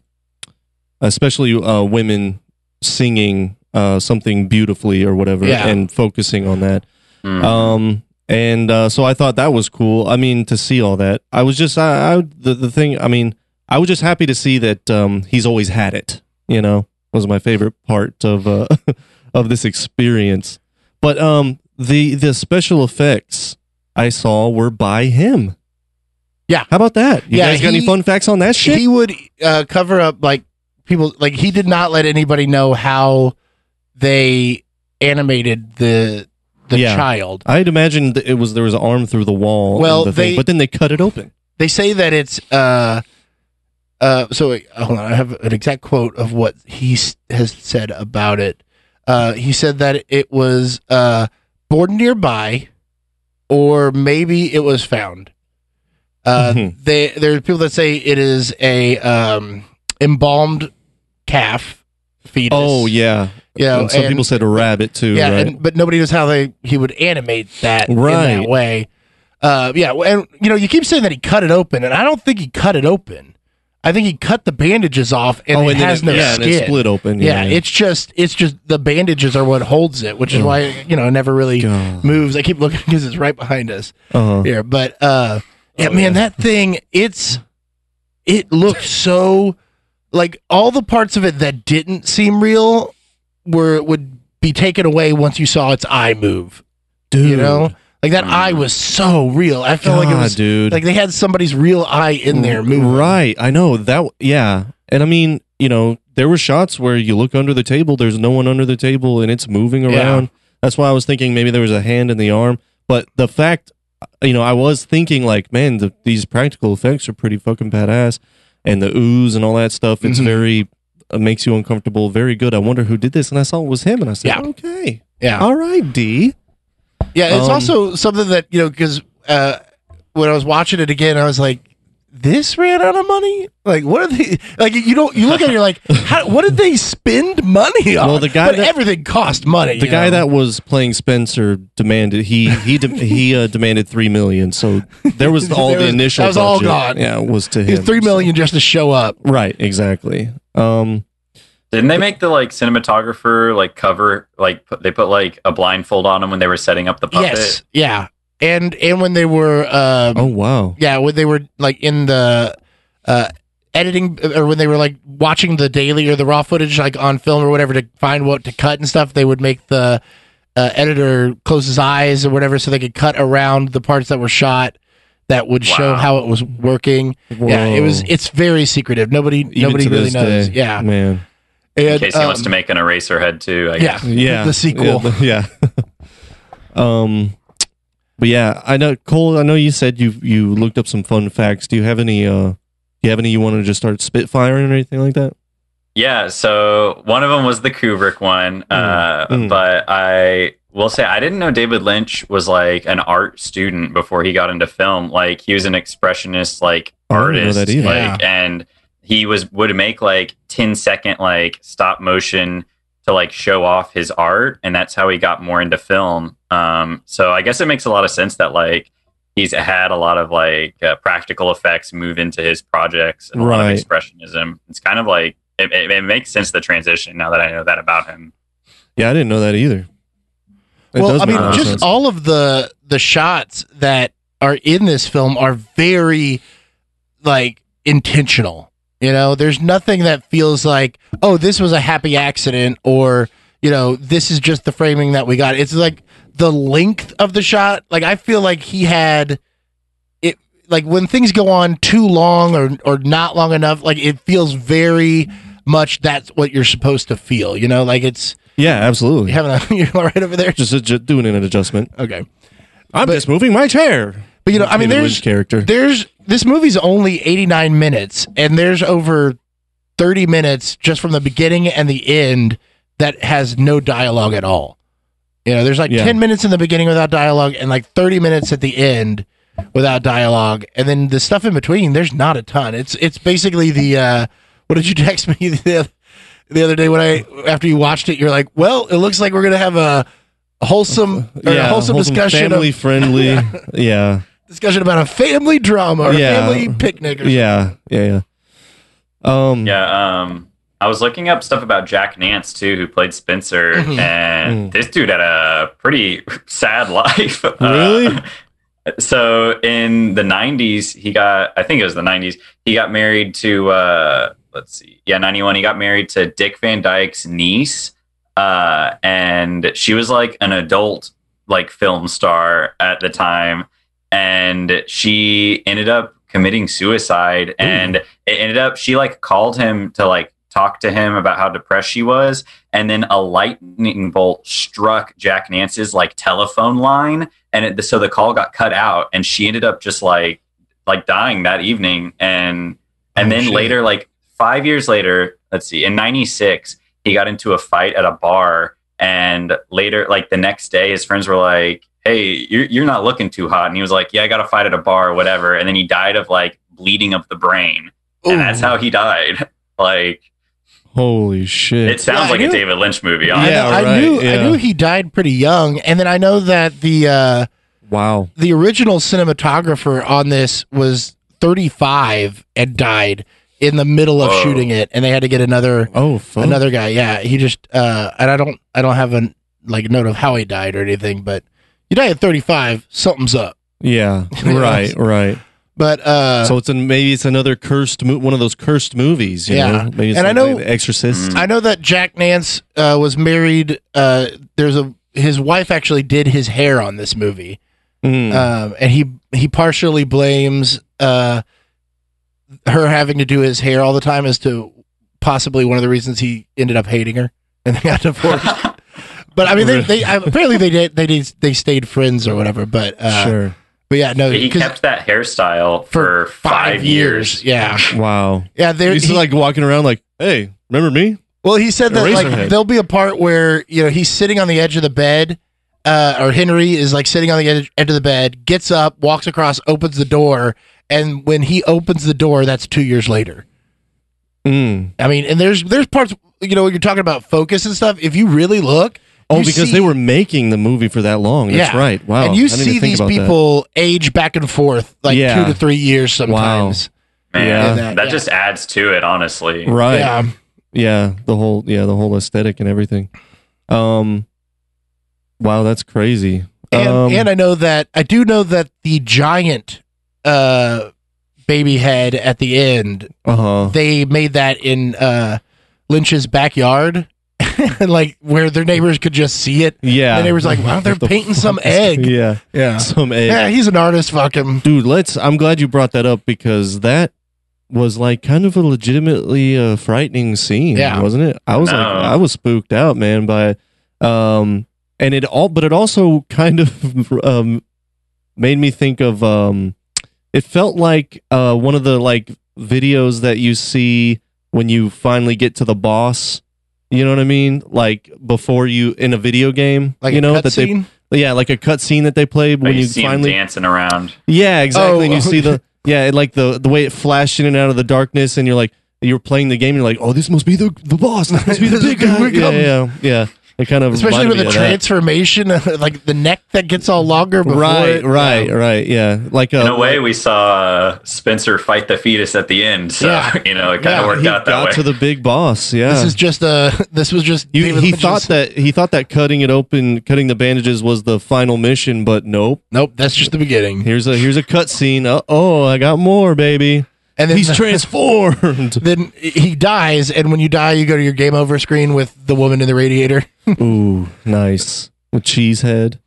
especially uh women singing uh something beautifully or whatever
Yeah.
and focusing on that.
Hmm.
Mm-hmm.
Um, and uh, so I thought that was cool. I mean, to see all that, I was just I, I the the thing. I mean, I was just happy to see that um, he's always had it. You know, was my favorite part of uh, of this experience. But um, the the special effects I saw were by him.
Yeah.
how about that? You
Yeah,
guys got any
he-
fun facts on that shit?
He would uh, cover up like people like he did not let anybody know how they animated the the
Yeah.
child.
I'd imagined it was there was an arm through the wall. and
Well,
the thing,
they-
but then they cut it open.
They say that it's uh uh so wait, hold on, I have an exact quote of what he s- has said about it. Uh he said that it was uh born nearby or maybe it was found. Uh
Mhm.
they there are people that say it is a um embalmed calf fetus.
Oh yeah,
Yeah,
And some
and-
people said a rabbit too.
yeah,
right?
and, but nobody knows how they he would animate that in
Right.
that way. Uh, yeah, and you know, you keep saying that he cut it open, and I don't think he cut it open. I think he cut the bandages off, and it
then
has no
yeah,
skin.
Oh, and it split open.
yeah,
Yeah,
it's just it's just the bandages are what holds it, which is
Oh.
why you know it never really
God.
moves. I keep looking because it's right behind us
uh-huh.
here, but
Oh,
uh, yeah, man, that thing it's it looked so like all the parts of it that didn't seem real were would be taken away once you saw its eye move.
dude.
You know, like that
Mm.
eye was so real. I felt like it
God,
was
dude.
like they had somebody's real eye in there moving.
Right. I know that. Yeah. And I mean, you know, there were shots where you look under the table, there's no one under the table and it's moving
Yeah.
around. That's why I was thinking maybe there was a hand in the arm. But the fact, uh, you know, I was thinking like, man, the, these practical effects are pretty fucking badass. And the ooze and all that stuff, it's
Mhm.
very, uh, makes you uncomfortable. Very good. I wonder who did this. And I saw it was him. And I said,
Yeah.
okay.
Yeah.
All right, D.
Yeah, it's
Um,
also something that you know because uh, when I was watching it again, I was like, "This ran out of money." Like, what are they? Like, you don't you look at it, you're like, How, "What did they spend money on?"
Well, the guy
but
that-
everything cost money.
The
you
guy
know?
that was playing Spencer demanded he he de- he uh, demanded three million. So there was all
There
the
was-
initial.
that was all
budget.
gone.
Yeah, it was to
It was
him.
three million just to show up.
So- right, exactly. Um,
Didn't they make the like cinematographer like cover like put, they put like a blindfold on him when they were setting up the puppet?
Yes, yeah, and and when they were, uh,
oh wow.
yeah, when they were like in the. Uh, editing or when they were like watching the daily or the raw footage like on film or whatever to find what to cut and stuff they would make the uh, editor close his eyes or whatever so they could cut around the parts that were shot that would show
Wow.
how it was working yeah it was
Whoa.
it's very secretive nobody
Even
nobody
to
really
this
knows
day.
yeah
man.
and,
In case he wants
um,
to make an eraser head too, I
yeah
guess.
Yeah,
the sequel
Yeah, the- yeah. um, but yeah, I know Cole. I know you said you you looked up some fun facts. Do you have any? Uh, do you have any you want to just start spitfiring or anything like that?
Yeah, so one of them was the Kubrick one,
Mm,
uh,
mm.
but I will say I didn't know David Lynch was like an art student before he got into film. Like he was an expressionist like
I didn't know
artist,
that either.
like and he was would make like 10 second like stop motion to like show off his art, and that's how he got more into film. Um, so I guess it makes a lot of sense that like he's had a lot of like uh, practical effects move into his projects and a lot
Right.
of expressionism. It's kind of like it, it, it makes sense the transition now that I know that about him.
Yeah, I didn't know that either. It
well,
does
I
make
mean,
a lot of
just
sense.
all of the the shots that are in this film are very like intentional. You know, there's nothing that feels like, oh, this was a happy accident, or you know, this is just the framing that we got. It's like the length of the shot. Like I feel like he had it. Like when things go on too long or or not long enough, like it feels very much that's what you're supposed to feel. You know, like it's
yeah, absolutely.
having a you're all right over there.
Just adju- doing an adjustment.
Okay.
I'm
But-
just moving my chair.
But you know, I mean,
David
there's
Lynch character.
there's this movie's only 89 minutes, and there's over 30 minutes just from the beginning and the end that has no dialogue at all. You know, there's like
Yeah.
10 minutes in the beginning without dialogue, and like 30 minutes at the end without dialogue, and then the stuff in between. There's not a ton. It's it's basically the uh, what did you text me the other, the other day when I after you watched it? You're like, well, it looks like we're gonna have a wholesome, or a wholesome, discussion of
family friendly. yeah,
discussion about a family drama or
Yeah.
a family picnic or
yeah, yeah, yeah. Um,
Yeah. Um, I was looking up stuff about Jack Nance too, who played Spencer,
Mm-hmm.
Mhm.
and this dude had a pretty sad life. Uh,
Really?
so in the 90s, he got, I think it was the 90s, he got married to, uh, let's see, yeah, 91. He got married to Dick Van Dyke's niece, uh, and she was like an adult, like film star at the time. and she ended up committing suicide and it ended up she like called him to like talk to him about how depressed she was and then a lightning bolt struck jack nance's like telephone line and it, so the call got cut out and she ended up just like like dying that evening and and
Oh,
then
shit.
later like five years later let's see in 96 he got into a fight at a bar and later, like the next day, his friends were like, "Hey, you're you're not looking too hot." And he was like, "Yeah, I got to fight at a bar, or whatever." And then he died of like bleeding of the brain, and that's how he died. Like
Holy shit!
it sounds
Yeah, I
like a
knew-
David Lynch movie.
I,
Honestly.
Yeah,
know- I
right,
knew I
yeah.
knew he died pretty young, and then I know that the uh,
wow.
the original cinematographer on this was 35 and died i- in the middle of
Whoa.
shooting it, and they had to get another
Oh, fuck.
another guy. Yeah, he just uh, and I don't I don't have a like note of how he died or anything, but you die at 35, something's up.
Yeah. Right. Right.
But uh,
so it's an, maybe it's another cursed mo- one of those cursed movies. You
Yeah.
Know? Maybe it's
And I
like
know-
The Exorcist.
Mm.
I know that Jack Nance uh, was married. Uh, there's a his wife actually did his hair on this movie,
Mm.
um, and he he partially blames uh, her having to do his hair all the time as to possibly one of the reasons he ended up hating her and they got divorced. but I mean, they, they apparently they did they did, they stayed friends or whatever. But uh,
sure.
but yeah, no,
he
'cause
kept that hairstyle for, five, years.
Yeah,
Wow.
yeah. There,
He's
he-
like walking around like, hey, remember me?
Well, he said that like
Eraserhead.
there'll be a part where you know he's sitting on the edge of the bed, uh, or Henry is like sitting on the edge, edge of the bed, gets up, walks across, opens the door, and when he opens the door, that's two years later.
Mm.
I mean, and there's there's parts you know when you're talking about focus and stuff. If you really look,
Oh,
you
because
see-
they were making the movie for that long. That's
Yeah.
right. Wow.
and
Oh, I
you
didn't even
see
think
these
about that.
people age back and forth like
Yeah.
two to three years sometimes.
Man,
Yeah.
Yeah.
that just adds to it, honestly.
Right.
Yeah,
yeah the whole yeah the whole aesthetic and everything um wow that's crazy
and
um,
and I know that I do know that the giant uh, baby head at the end
uh-huh
they made that in uh, Lynch's backyard, like where their neighbors could just see it.
yeah
The neighbor's like, wow, they're
What the
painting
fuck
some
is-
egg.
yeah
Yeah,
some egg
yeah, he's an artist. Fuck him.
dude let's i'm glad you brought that up because that was like kind of a legitimately uh, frightening scene
Yeah.
wasn't it i was like
No.
i was spooked out man by um and it all but it also kind of um made me think of um it felt like uh one of the like videos that you see when you finally get to the boss you know what i mean like before you in a video game
Like
you
a
know that
cutscene.
they yeah like a cutscene that they play
Like,
when
you,
you
see him
finally
dancing around.
yeah, exactly.
Oh,
and you see the yeah, it, like the the way it flashed in and out of the darkness, and you're like you're playing the game, and you're like, oh, this must be the the boss. This must be the
This is
big
the
guy.
big
Yeah,
one.
yeah, yeah. It kind of
Especially
reminded
with the
me of that.
transformation, like the neck that gets all longer. Before
Right,
it.
right, right. Yeah, like uh, a,
In a way, we saw uh, Spencer fight the fetus at the end. So,
Yeah.
you know, it kind
Yeah,
of worked
he
out that
got
way.
to the big boss. Yeah,
This is just a. This was just.
You,
David
he
Lynch's-
thought that he thought that cutting it open, cutting the bandages was the final mission, but nope.
Nope, that's just the beginning.
Here's a here's a cutscene. Uh oh, I got more, baby.
And then
He's transformed.
then he dies, and when you die, you go to your game over screen with the woman in the radiator.
Ooh, nice. A cheese head.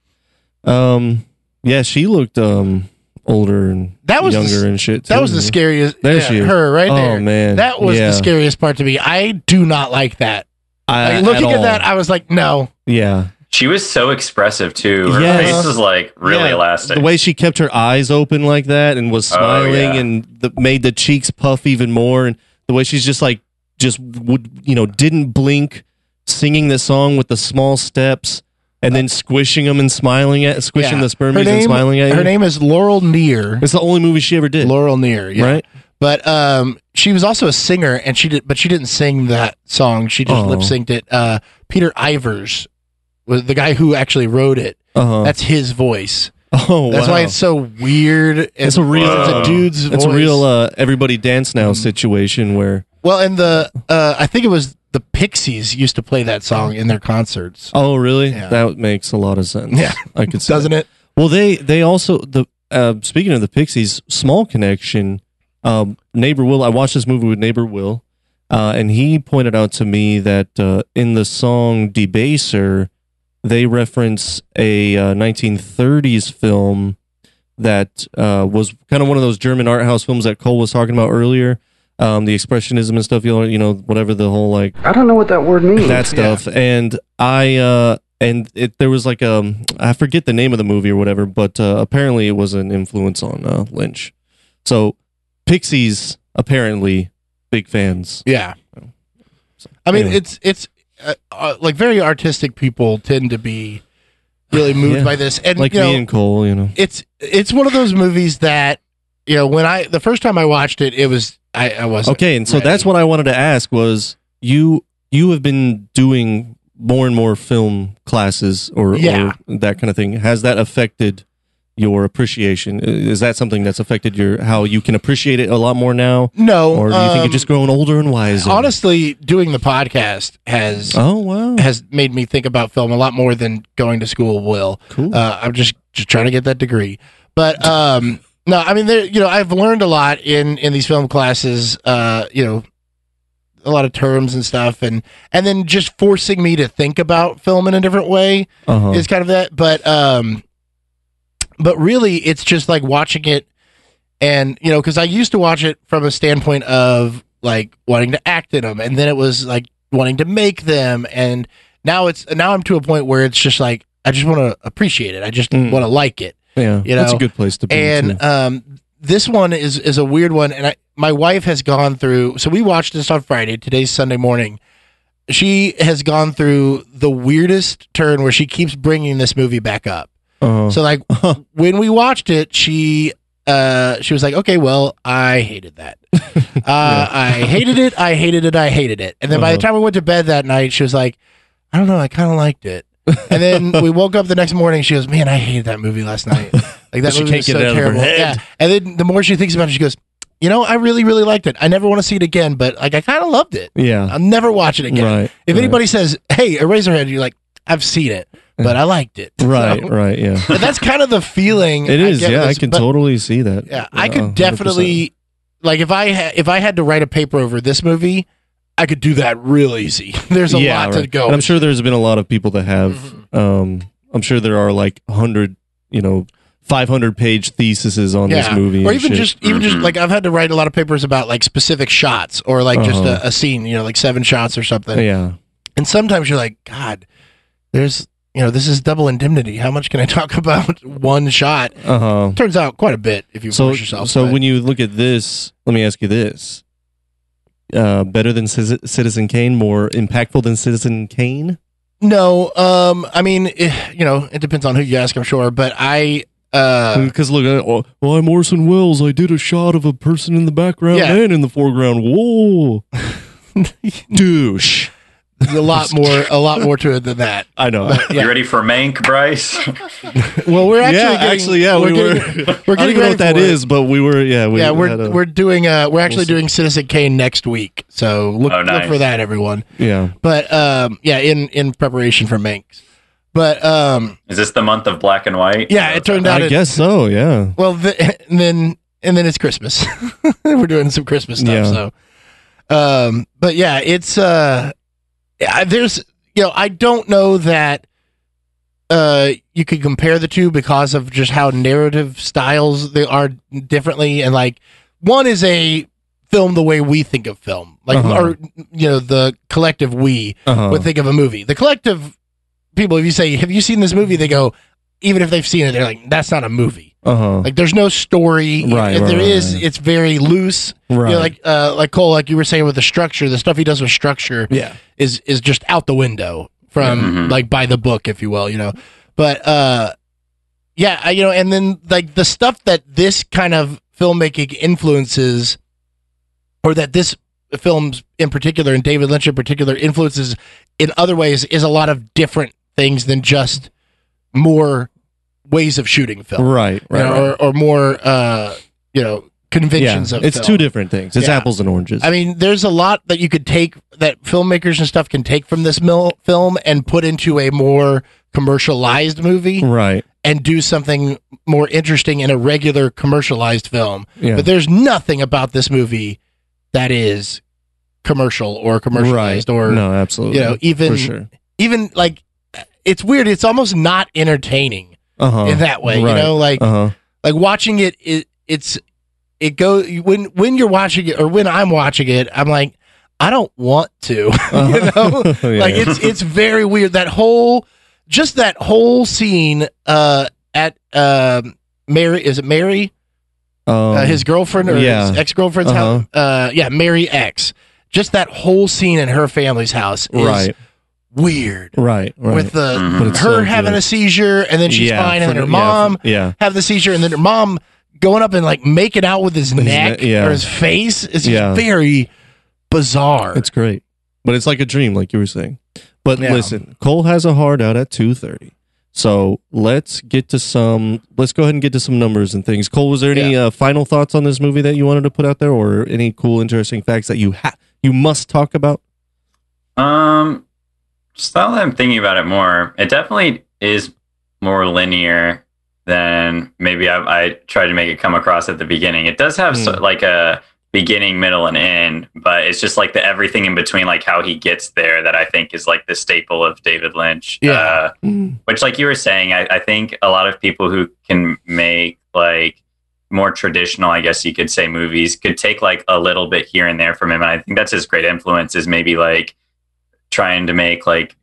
Um, yeah, she looked um older and
That was the
younger
s-
and shit.
That
too,
was the
man.
scariest.
There
yeah,
she is.
her right
oh,
there.
man,
That was
Yeah.
the scariest part to me. I do not like that.
I-
Like, looking at,
all.
that, I was like, no.
yeah,
She was so expressive, too. Her
Yes.
face was like really
Yeah,
elastic.
The way she kept her eyes open like that and was
Oh,
smiling
yeah.
and the, made the cheeks puff even more, and the way she's just like just would you know didn't blink, singing the song with the small steps. And then squishing them and smiling at squishing
Yeah.
the spermies
Her name,
and smiling at
her
you.
name is Laurel Neer.
It's the only movie she ever did,
Laurel Neer, yeah.
right?
But um, she was also a singer, and she did, but she didn't sing that song. She just
Oh.
lip synced it. Uh, Peter Ivers was the guy who actually wrote it.
Uh-huh.
That's his voice.
oh,
That's
wow.
why it's so weird.
It's a Mm-hmm. real-
It's a dude's
That's
voice.
a real uh, everybody dance now situation where
well, and the uh, I think it was the Pixies used to play that song in their concerts,
oh really
Yeah.
that makes a lot of sense.
Yeah.
I could see.
doesn't it?
that. Well, they they also the uh, speaking of the Pixies, small connection. Um, neighbor Will, I watched this movie with neighbor Will, uh, and he pointed out to me that uh, in the song "Debaser," they reference a uh, 1930s film that uh, was kind of one of those German art house films that Cole was talking about earlier. Um, the expressionism and stuff, you know, you know, whatever the whole like
I don't know what that word means.
that stuff and i uh and it there was like um i forget the name of the movie or whatever but uh, apparently it was an influence on uh, lynch so pixies apparently big fans
Yeah. I mean,
Anyway.
it's it's uh, uh, like very artistic people tend to be really moved
Yeah.
by this, and
like
you know,
me and cole you know
it's it's one of those movies that you know when I the first time I watched it, it was I, I wasn't
okay and so
ready.
that's what i wanted to ask was you you have been doing more and more film classes or,
Yeah.
or that kind of thing has that affected your appreciation? Is that something that's affected your how you can appreciate it a lot more now,
No,
or do you think
um,
you're just growing older and wiser?
honestly doing the podcast has
oh wow,
has made me think about film a lot more than going to school will.
cool.
Uh, I'm just just trying to get that degree. But um, no, I mean, there, you know, I've learned a lot in in these film classes. Uh, you know, a lot of terms and stuff, and and then just forcing me to think about film in a different way
Uh-huh.
is kind of that. But um, but really, it's just like watching it, and you know, because I used to watch it from a standpoint of like wanting to act in them, and then it was like wanting to make them, and now it's now I'm to a point where it's just like I just want to appreciate it. I just
Mm.
want to like it
yeah,
you
that's a
know,
good place to be. too.
and um, this one is is a weird one. And I, my wife has gone through. So we watched this on Friday. Today's Sunday morning. She has gone through the weirdest turn where she keeps bringing this movie back up.
Uh-huh.
uh, So like when we watched it, she uh, she was like, "Okay, well, I hated that. Uh, I hated it. I hated it. I hated it." And then by the
Uh-huh.
time we went to bed that night, she was like, "I don't know. I kind of liked it." And then we woke up the next morning. She goes, "Man, I hated that movie last night. Like that
She
movie
can't
was
get
so
it out of her
terrible."
head.
Yeah. And then the more she thinks about it, she goes, "You know, I really, really liked it. I never want to see it again, but like I kind of loved it.
yeah,
I'll never watch it uh, again.
right.
If
right.
anybody says, "Hey, Eraserhead," you're like, "I've seen it, but I liked it."
right,
So-
right, yeah,
but that's kind of the feeling.
it is.
get
yeah, I
this,
can
but-
totally see that.
Yeah, I
a
could
hundred
definitely, like, if I ha- if I had to write a paper over this movie, I could do that real easy. There's a lot to
right.
go. Mm-hmm.
And I'm sure there's been a lot of people that have. Um, I'm sure there are like hundred, you know, 500 page theses on this
Yeah.
movie,
or
and
even
shit.
just even just
Mhm.
like I've had to write a lot of papers about like specific shots or like just
Uh-huh.
a, a scene, you know, like seven shots or something.
yeah,
And sometimes you're like, God, there's you know, this is double indemnity. How much can I talk about one shot?
uh huh.
Turns out quite a bit if you
So
force yourself.
so
but-
when you look at this, let me ask you this: uh, better than Ciz- Citizen Kane, more impactful than Citizen Kane?
no, um, I mean, eh, you know, it depends on who you ask, I'm sure, but I. Uh,
Because look, I, oh, well, I'm Orson Welles. I did a shot of a person in the background
Yeah.
and in the foreground. Whoa, douche!
a lot more a lot more to it than that.
I know.
Yeah.
You ready for Mank, Bryce?
Well, we're actually
yeah,
getting-
actually, yeah,
we're
we were.
getting- we're
I don't
getting
even know
ready
what that
for it.
is, but we were. Yeah, we
yeah,
had
we're
a-
we'll we're doing uh we're actually
see.
doing Citizen Kane next week, so look,
Oh,
look
nice.
for that, everyone.
yeah.
But um, yeah, in in preparation for Manx. But um,
Is this the month of black and white?
yeah, it turned out.
I
it-
guess so. Yeah.
Well, the, and then and then it's Christmas. we're doing some Christmas stuff.
Yeah.
So, um, but yeah, it's uh, I, there's you know I don't know that uh you could compare the two because of just how narrative styles they are differently and like one is a film the way we think of film like
Uh-huh.
or you know the collective we
Uh-huh.
would think of a movie. The collective people, if you say, "Have you seen this movie?" they go, even if they've seen it, they're like, "That's not a movie."
uh-huh.
Like, there's no story.
Right,
if
right,
there
right,
is,
right.
it's very loose. You
right.
know, like, uh, like Cole, like you were saying with the structure, the stuff he does with structure
yeah.
is is just out the window from
Mhm.
like by the book, if you will. You know, but uh, yeah, I, you know, and then like the stuff that this kind of filmmaking influences, or that this films in particular and David Lynch in particular influences in other ways is a lot of different things than just more ways of shooting film,
Right.
you
Right.
know,
right.
Or, or more uh, you know
Yeah.
conventions of
It's
film.
two different things. It's
Yeah.
apples and oranges.
I mean, there's a lot that you could take that filmmakers and stuff can take from this mil- film and put into a more commercialized movie
right.
and do something more interesting in a regular commercialized film.
Yeah.
But there's nothing about this movie that is commercial or commercialized
right.
or
no, absolutely.
you know even
for sure.
even like it's weird. It's almost not entertaining
Uh huh.
in that way.
right.
You know, like
Uh huh.
like watching it, it it's it go when when you're watching it or when I'm watching it, I'm like, I don't want to. you know?
Uh-huh. yeah.
Like it's it's very weird. That whole just that whole scene uh at um Mary is it Mary? uh,
Um,
his girlfriend or
yeah. Uh-huh.
his ex girlfriend's house. Uh yeah, Mary X. Just that whole scene in her family's house is
right.
weird.
Right. Right.
With the
Mhm.
But it's
her
so
having
good.
a seizure and then she's
Yeah,
fine and then
for-
her
yeah,
mom
for- Yeah.
have the seizure, and then her mom going up and like making out with his neck
ne- yeah.
or his face is just
Yeah.
very bizarre.
It's great, but it's like a dream, like you were saying. But
Yeah.
listen, Cole has a hard out at two thirty, So let's get to some. Let's go ahead and get to some numbers and things. Cole, was there any uh, final thoughts on this movie that you wanted to put out there, or any cool, interesting facts that you ha- you must talk about?
Um, just now that I'm thinking about it more, it definitely is more linear than maybe I, I tried to make it come across at the beginning. It does have so, like a beginning, middle, and end, but it's just like the everything in between, like how he gets there, that I think is like the staple of David Lynch.
Yeah.
Uh,
Mm.
Mm.
which, like you were saying, I, I think a lot of people who can make like more traditional, I guess you could say, movies could take like a little bit here and there from him. And I think that's his great influence is maybe like trying to make like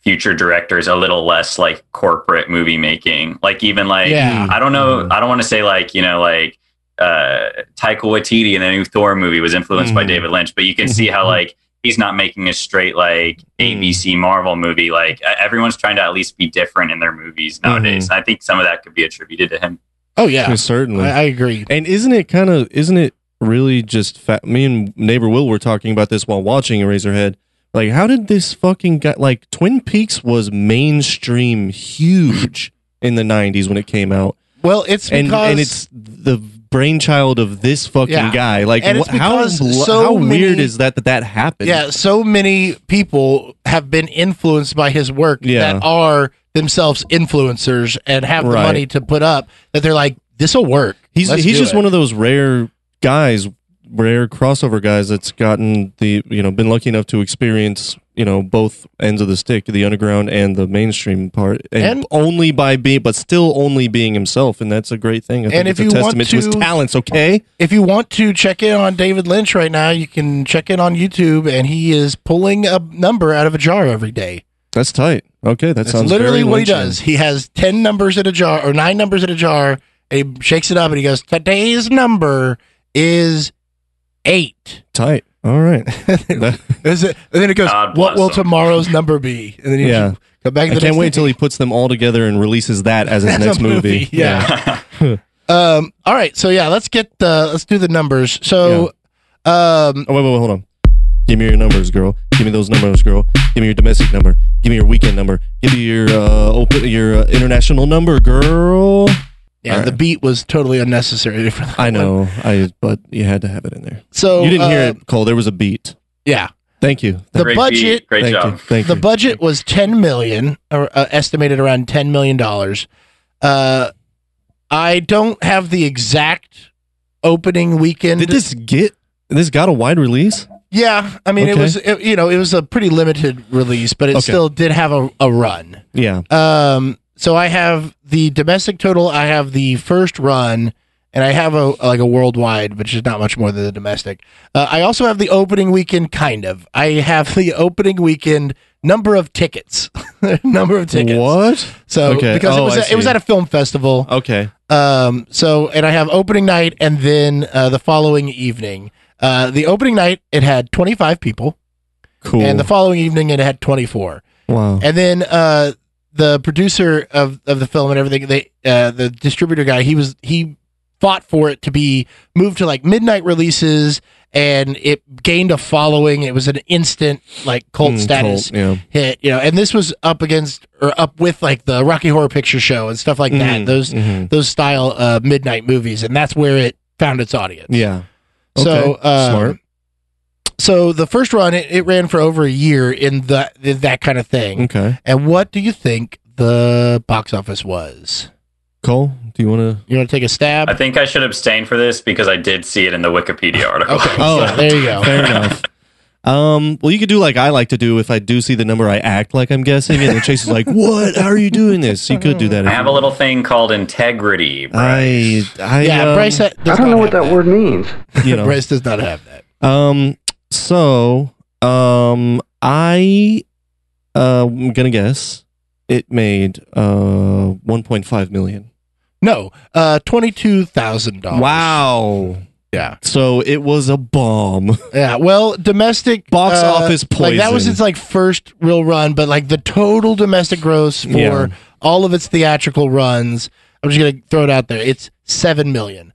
future directors a little less like corporate movie making. Like even like
yeah.
I don't know, I don't want to say like, you know, like uh Taika Waititi in the new Thor movie was influenced by
Mm-hmm.
Mhm.
David Lynch, but you can see how like he's not making a straight like
Mm.
ABC Marvel movie. Like e- everyone's trying to at least be different in their movies
Mm-hmm.
nowadays. And I think some of that could be attributed to him.
Oh yeah. I,
Certainly.
I agree.
And isn't it kind of isn't it really just fa- me and neighbor Will were talking about this while watching Eraserhead. Like, how did this fucking guy like Twin Peaks was mainstream huge in the '90s when it came out,
Well, it's because
and and it's the brainchild of this fucking
Yeah.
guy. Like,
And it's
wh- how
because
bl-
so
how weird
many-
is that that that happened?
yeah, so many people have been influenced by his work
Yeah.
that are themselves influencers and have the
Right.
money to put up that they're like, this will work.
he's
Let's
he's
do
just
it."
one of those rare guys, rare crossover guys that's gotten the you know been lucky enough to experience you know both ends of the stick, the underground and the mainstream part, and,
And-
only by being, but still only being himself, and that's a great thing. I think
And
it's
if
a
you want
testament to, his
to-
talents. Okay,
If you want to check in on David Lynch right now, you can check in on YouTube, and he is pulling a number out of a jar every day.
that's tight. Okay, that
That's
sounds
literally
very
what he
Lynchian.
does. He has ten numbers in a jar or nine numbers in a jar. And he shakes it up and he goes, "Today's number is eight.
Tight. All right. That-
Is it? And then it goes,
God
"What
bless
will
him."
tomorrow's number be?" And then you
Yeah.
go back. To
I
the
can't
next
wait
day.
till he puts them all together and releases that as his
As a
next movie.
movie, yeah. Um, all right, so yeah, let's get the let's do the numbers. So, um,
Oh wait, wait, wait, hold on. Give me your numbers, girl. Give me those numbers, girl. Give me your domestic number. Give me your weekend number. Give me your uh, open your uh, international number, girl.
yeah,
All right.
the beat was totally unnecessary. For that
I
one.
know, I but you had to have it in there.
So
you didn't hear
uh,
it, Cole. There was a beat.
Yeah,
Thank you.
the
Great
budget.
beat, great
Thank
job.
you. Thank
The
you.
budget was ten million, or uh, estimated around ten million dollars. Uh, I don't have the exact opening weekend.
Did this get? This got a wide release.
yeah, I mean,
Okay.
it was it, you know it was a pretty limited release, but it
Okay.
still did have a, a run.
Yeah.
Um, so I have the domestic total. I have the first run, and I have a like a worldwide, which is not much more than the domestic. Uh, I also have the opening weekend, kind of. I have the opening weekend number of tickets, number of tickets.
What?
So
Okay.
because
Oh,
it was
I
at, it was
see.
at a film festival.
Okay.
Um, so and I have opening night, and then uh, the following evening. Uh, the opening night it had 25 people,
Cool.
and the following evening it had 24.
wow.
And then uh, the producer of, of the film and everything, they uh, the distributor guy, he was he fought for it to be moved to like midnight releases, and it gained a following. It was an instant like cult
Mm,
status
cult, yeah.
hit, you know. And this was up against or up with like the Rocky Horror Picture Show and stuff like that.
Mm,
Those
mhm.
those style uh, midnight movies, and that's where it found its audience.
Yeah.
So
Okay.
uh,
smart.
So the first run, it, it ran for over a year in the in that kind of thing.
Okay.
And what do you think the box office was?
Cole, do you want to?
You want to take a stab?
I think I should abstain for this because I did see it in the Wikipedia article.
Okay.
Oh.
so there you go.
Fair enough. Um, well, you could do like I like to do. If I do see the number, I act like I'm guessing, and then Chase is like, "What? How are you doing this?" You could do that.
I have a little thing called integrity.
I, I,
Yeah,
um,
Bryce. ha-
I
does
don't
not
know what
have
that word means.
You know,
Bryce does not have that.
um, so, um, I, uh, I'm gonna guess it made uh 1.5 million.
No, uh, twenty-two thousand dollars.
Wow.
Yeah.
So it was a bomb.
Yeah. Well, domestic
Box
uh,
office
Like that was
poison.
its like first real run, but like the total domestic gross for
Yeah.
all of its theatrical runs. I'm just gonna throw it out there. It's seven million.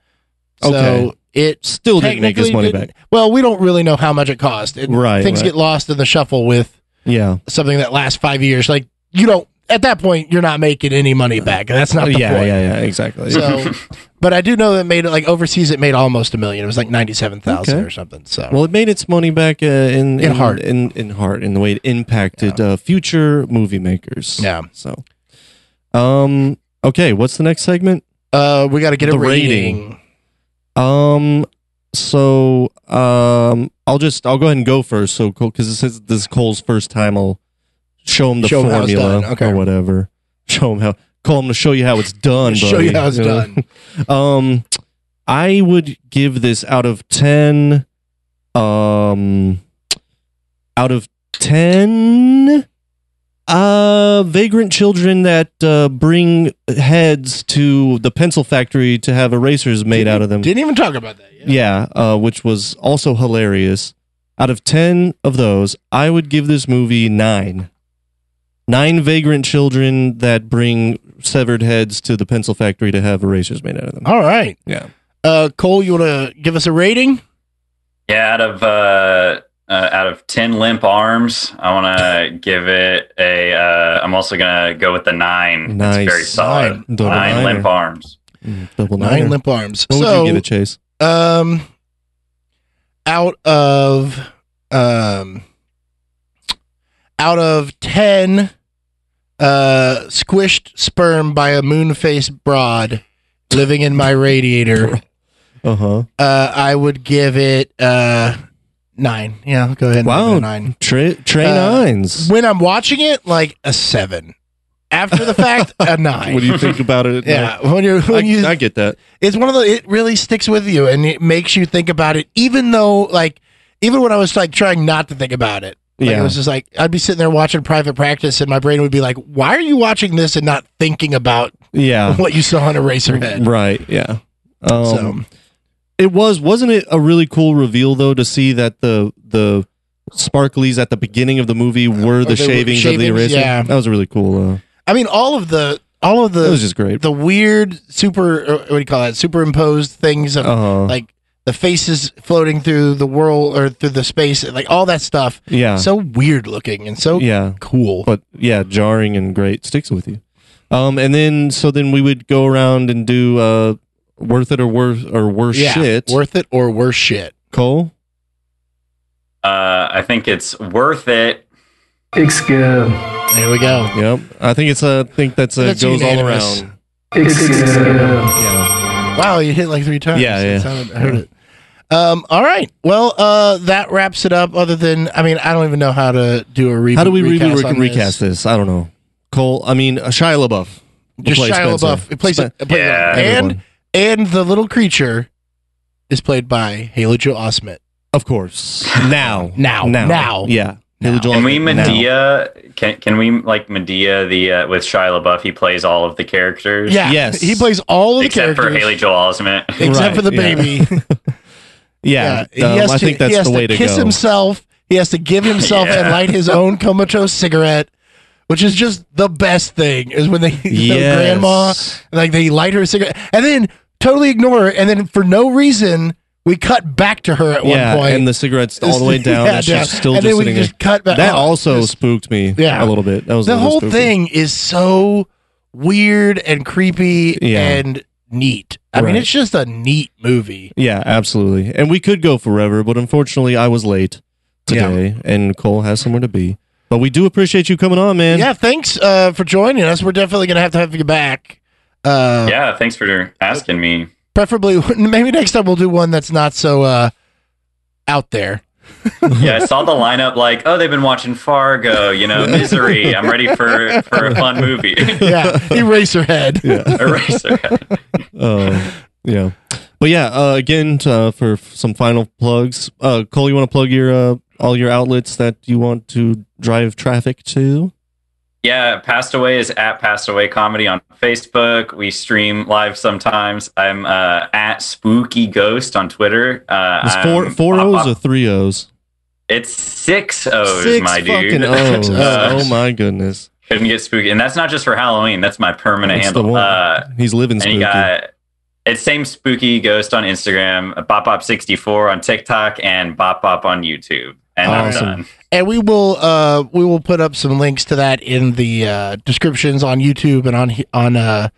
So
Okay.
it
Still didn't make his money
technically didn't-
back.
Well, we don't really know how much it cost. It,
Right,
Things
right.
get lost in the shuffle with
Yeah.
something that lasts five years. Like you don't at that point you're not making any money back. That's not the
yeah,
point.
yeah, yeah, exactly.
So, but I do know that made it like overseas. It made almost a million. It was like ninety seven thousand
Okay.
or something. So
well, it made its money back uh, in,
In heart.
in in heart, in the way it impacted uh, future movie makers.
Yeah.
So, um, okay, what's the next segment?
uh, we got to get a
The
rating.
rating. Um, so um, I'll just I'll go ahead and go first. So Cole, because this is this is Cole's first time, I'll show him the
Show him how it's
formula
done, okay.
or whatever. Show him how. Cole, I'm gonna show you how it's done.
Show
buddy.
you how it's
know?
done.
Um, I would give this out of ten. Um, out of ten, uh, vagrant children that uh, bring heads to the pencil factory to have erasers made out of them.
Didn't even talk about that. Yet.
yeah, uh, which was also hilarious. Out of ten of those, I would give this movie nine. Nine vagrant children that bring severed heads to the pencil factory to have erasers made out of them.
All right.
Yeah.
Uh, Cole, you want to give us a rating?
Yeah, out of uh, uh, out of ten limp arms, I want to give it a. Uh, I'm also gonna go with the nine.
Nice.
It's very solid.
Nine.
Nine,
Double niner.
limp arms.
Mm, Double
Mm-hmm. Nine
niner.
limp arms.
What
so,
would you get a chase?
um, out of um, out of ten, uh, squished sperm by a moon-faced broad living in my radiator.
Uh huh.
Uh, I would give it uh nine. Yeah, I'll go ahead. And
Wow.
give it a nine.
Tra- Trey
Uh,
nines.
When I'm watching it, like a seven. After the fact, a nine.
What do you think about it?
yeah, when you're
No,
when you
I, I get that.
it's one of the it really sticks with you and it makes you think about it even though like even when i was like trying not to think about it like,
Yeah.
it was just like i'd be sitting there watching private practice and my brain would be like why are you watching this and not thinking about
Yeah.
what you saw on eraserhead
Right. Yeah. Uh. Um,
so
it was wasn't it a really cool reveal though to see that the the sparklies at the beginning of the movie were
they were
the shavings, of the
shavings,
eraser.
yeah.
That was really cool. Uh,
i mean all of the all of
that was
the
just great.
the weird super uh, what do you call that superimposed things of
Uh huh.
like the faces floating through the world or through the space like all that stuff
yeah.
so weird looking and so
Uh. yeah.
cool
but yeah, jarring and great sticks with you. Um, and then so then we would go around and do uh, worth it or worth or worse
yeah,
shit.
worth it or worse shit
Cole,
Uh, I think it's worth it.
It's good.
There we go.
yep. I think it's a I think that's a
That's
goes
unanimous.
all around.
It's good.
Yeah.
Wow, you hit like three times.
Yeah,
That
yeah.
sounded- I heard it. Um, all right. Well, uh, that wraps it up. Other than, I mean, I don't even know how to do a reboot.
How do we recast,
recast
re-
on
recast
this.
this? I don't know. Cole, I mean uh, Shia LaBeouf. will
Just
play
Shia
Spencer.
LaBeouf. It plays
Spen-
it plays-
Yeah.
and
everyone.
and the little creature is played by Haley Joel Osment.
of course. Now,
Now.
now,
Now.
yeah.
Now.
Haley Joel
Can we
Osment, now.
Medea? Can can we like Medea the uh, with Shia LaBeouf? He plays all of the characters.
Yeah,
Yes.
he plays all of the
Except
characters
for Haley Joel Osment.
except
Right,
for the
yeah.
baby.
Yeah,
he
um,
has
I think
to- he
that's
has
the way to,
kiss
go.
himself. He has to give himself and
Yeah.
light his own comatose cigarette, which is just the best thing. Is when they the
Yes.
grandma like they light her cigarette and then totally ignore her, and then for no reason we cut back to her at
yeah,
one point.
and the cigarettes all the way down.
Yeah,
and she's
yeah.
still
and
just
then we
sitting there.
just cut back.
That
Oh,
also
just-
spooked me
Yeah.
a little bit. That was a
the
little
whole
spooky.
thing is so weird and creepy
Yeah.
and neat. I mean,
Right.
it's just a neat movie.
Yeah, absolutely. And we could go forever, but unfortunately, I was late
Yeah.
today, and Cole has somewhere to be. But we do appreciate you coming on, man.
yeah, thanks uh, for joining us. We're definitely gonna have to have you back. Uh,
yeah. Thanks for asking me.
preferably maybe next time we'll do one that's not so uh out there
yeah, I saw the lineup like, oh, they've been watching Fargo, you know, Misery. I'm ready for for a fun movie.
yeah eraserhead
Yeah.
Eraser.
Uh, yeah. But yeah, uh, again, t- uh, for f- some final plugs, uh, Cole, you want to plug your uh, all your outlets that you want to drive traffic to?
Yeah, Passed Away is at Passed Away Comedy on Facebook. We stream live sometimes. I'm uh, at Spooky Ghost on Twitter. Uh,
It's four
I'm-
four O's or three O's.
It's six uh, O's,
Six
my
fucking
dude.
O's.
Uh,
oh my goodness,
Couldn't get spooky, and that's not just for Halloween. That's my permanent
That's the
handle.
one.
Uh,
he's living
and
spooky.
you got it's same spooky ghost on Instagram, Bop Bop64 on TikTok, and Bop Bop on YouTube. and
Awesome.
I'm done.
and we will uh we will put up some links to that in the uh descriptions on youtube and on he- on uh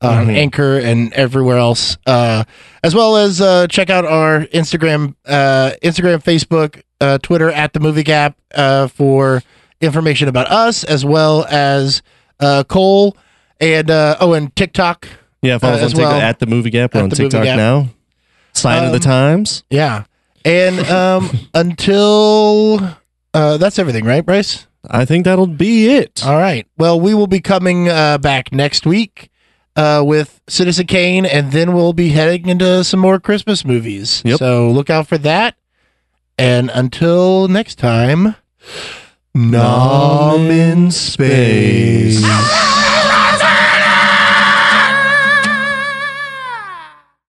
on
Mhm.
anchor and everywhere else uh as well as uh check out our instagram uh instagram facebook uh twitter at the movie gap uh for information about us as well as uh cole and uh oh and tiktok
Yeah, follow us
Uh,
on
as
TikTok
well.
at the Movie Gap. We're
At
on
The Movie
TikTok
Gap.
now. Sign of the
Um,
times.
yeah and um until uh that's everything right bryce
I think that'll be it.
All right. Well, we will be coming uh, back next week uh, with Citizen Kane, and then we'll be heading into some more Christmas movies.
Yep.
So look out for that. And until next time, Nom in Space.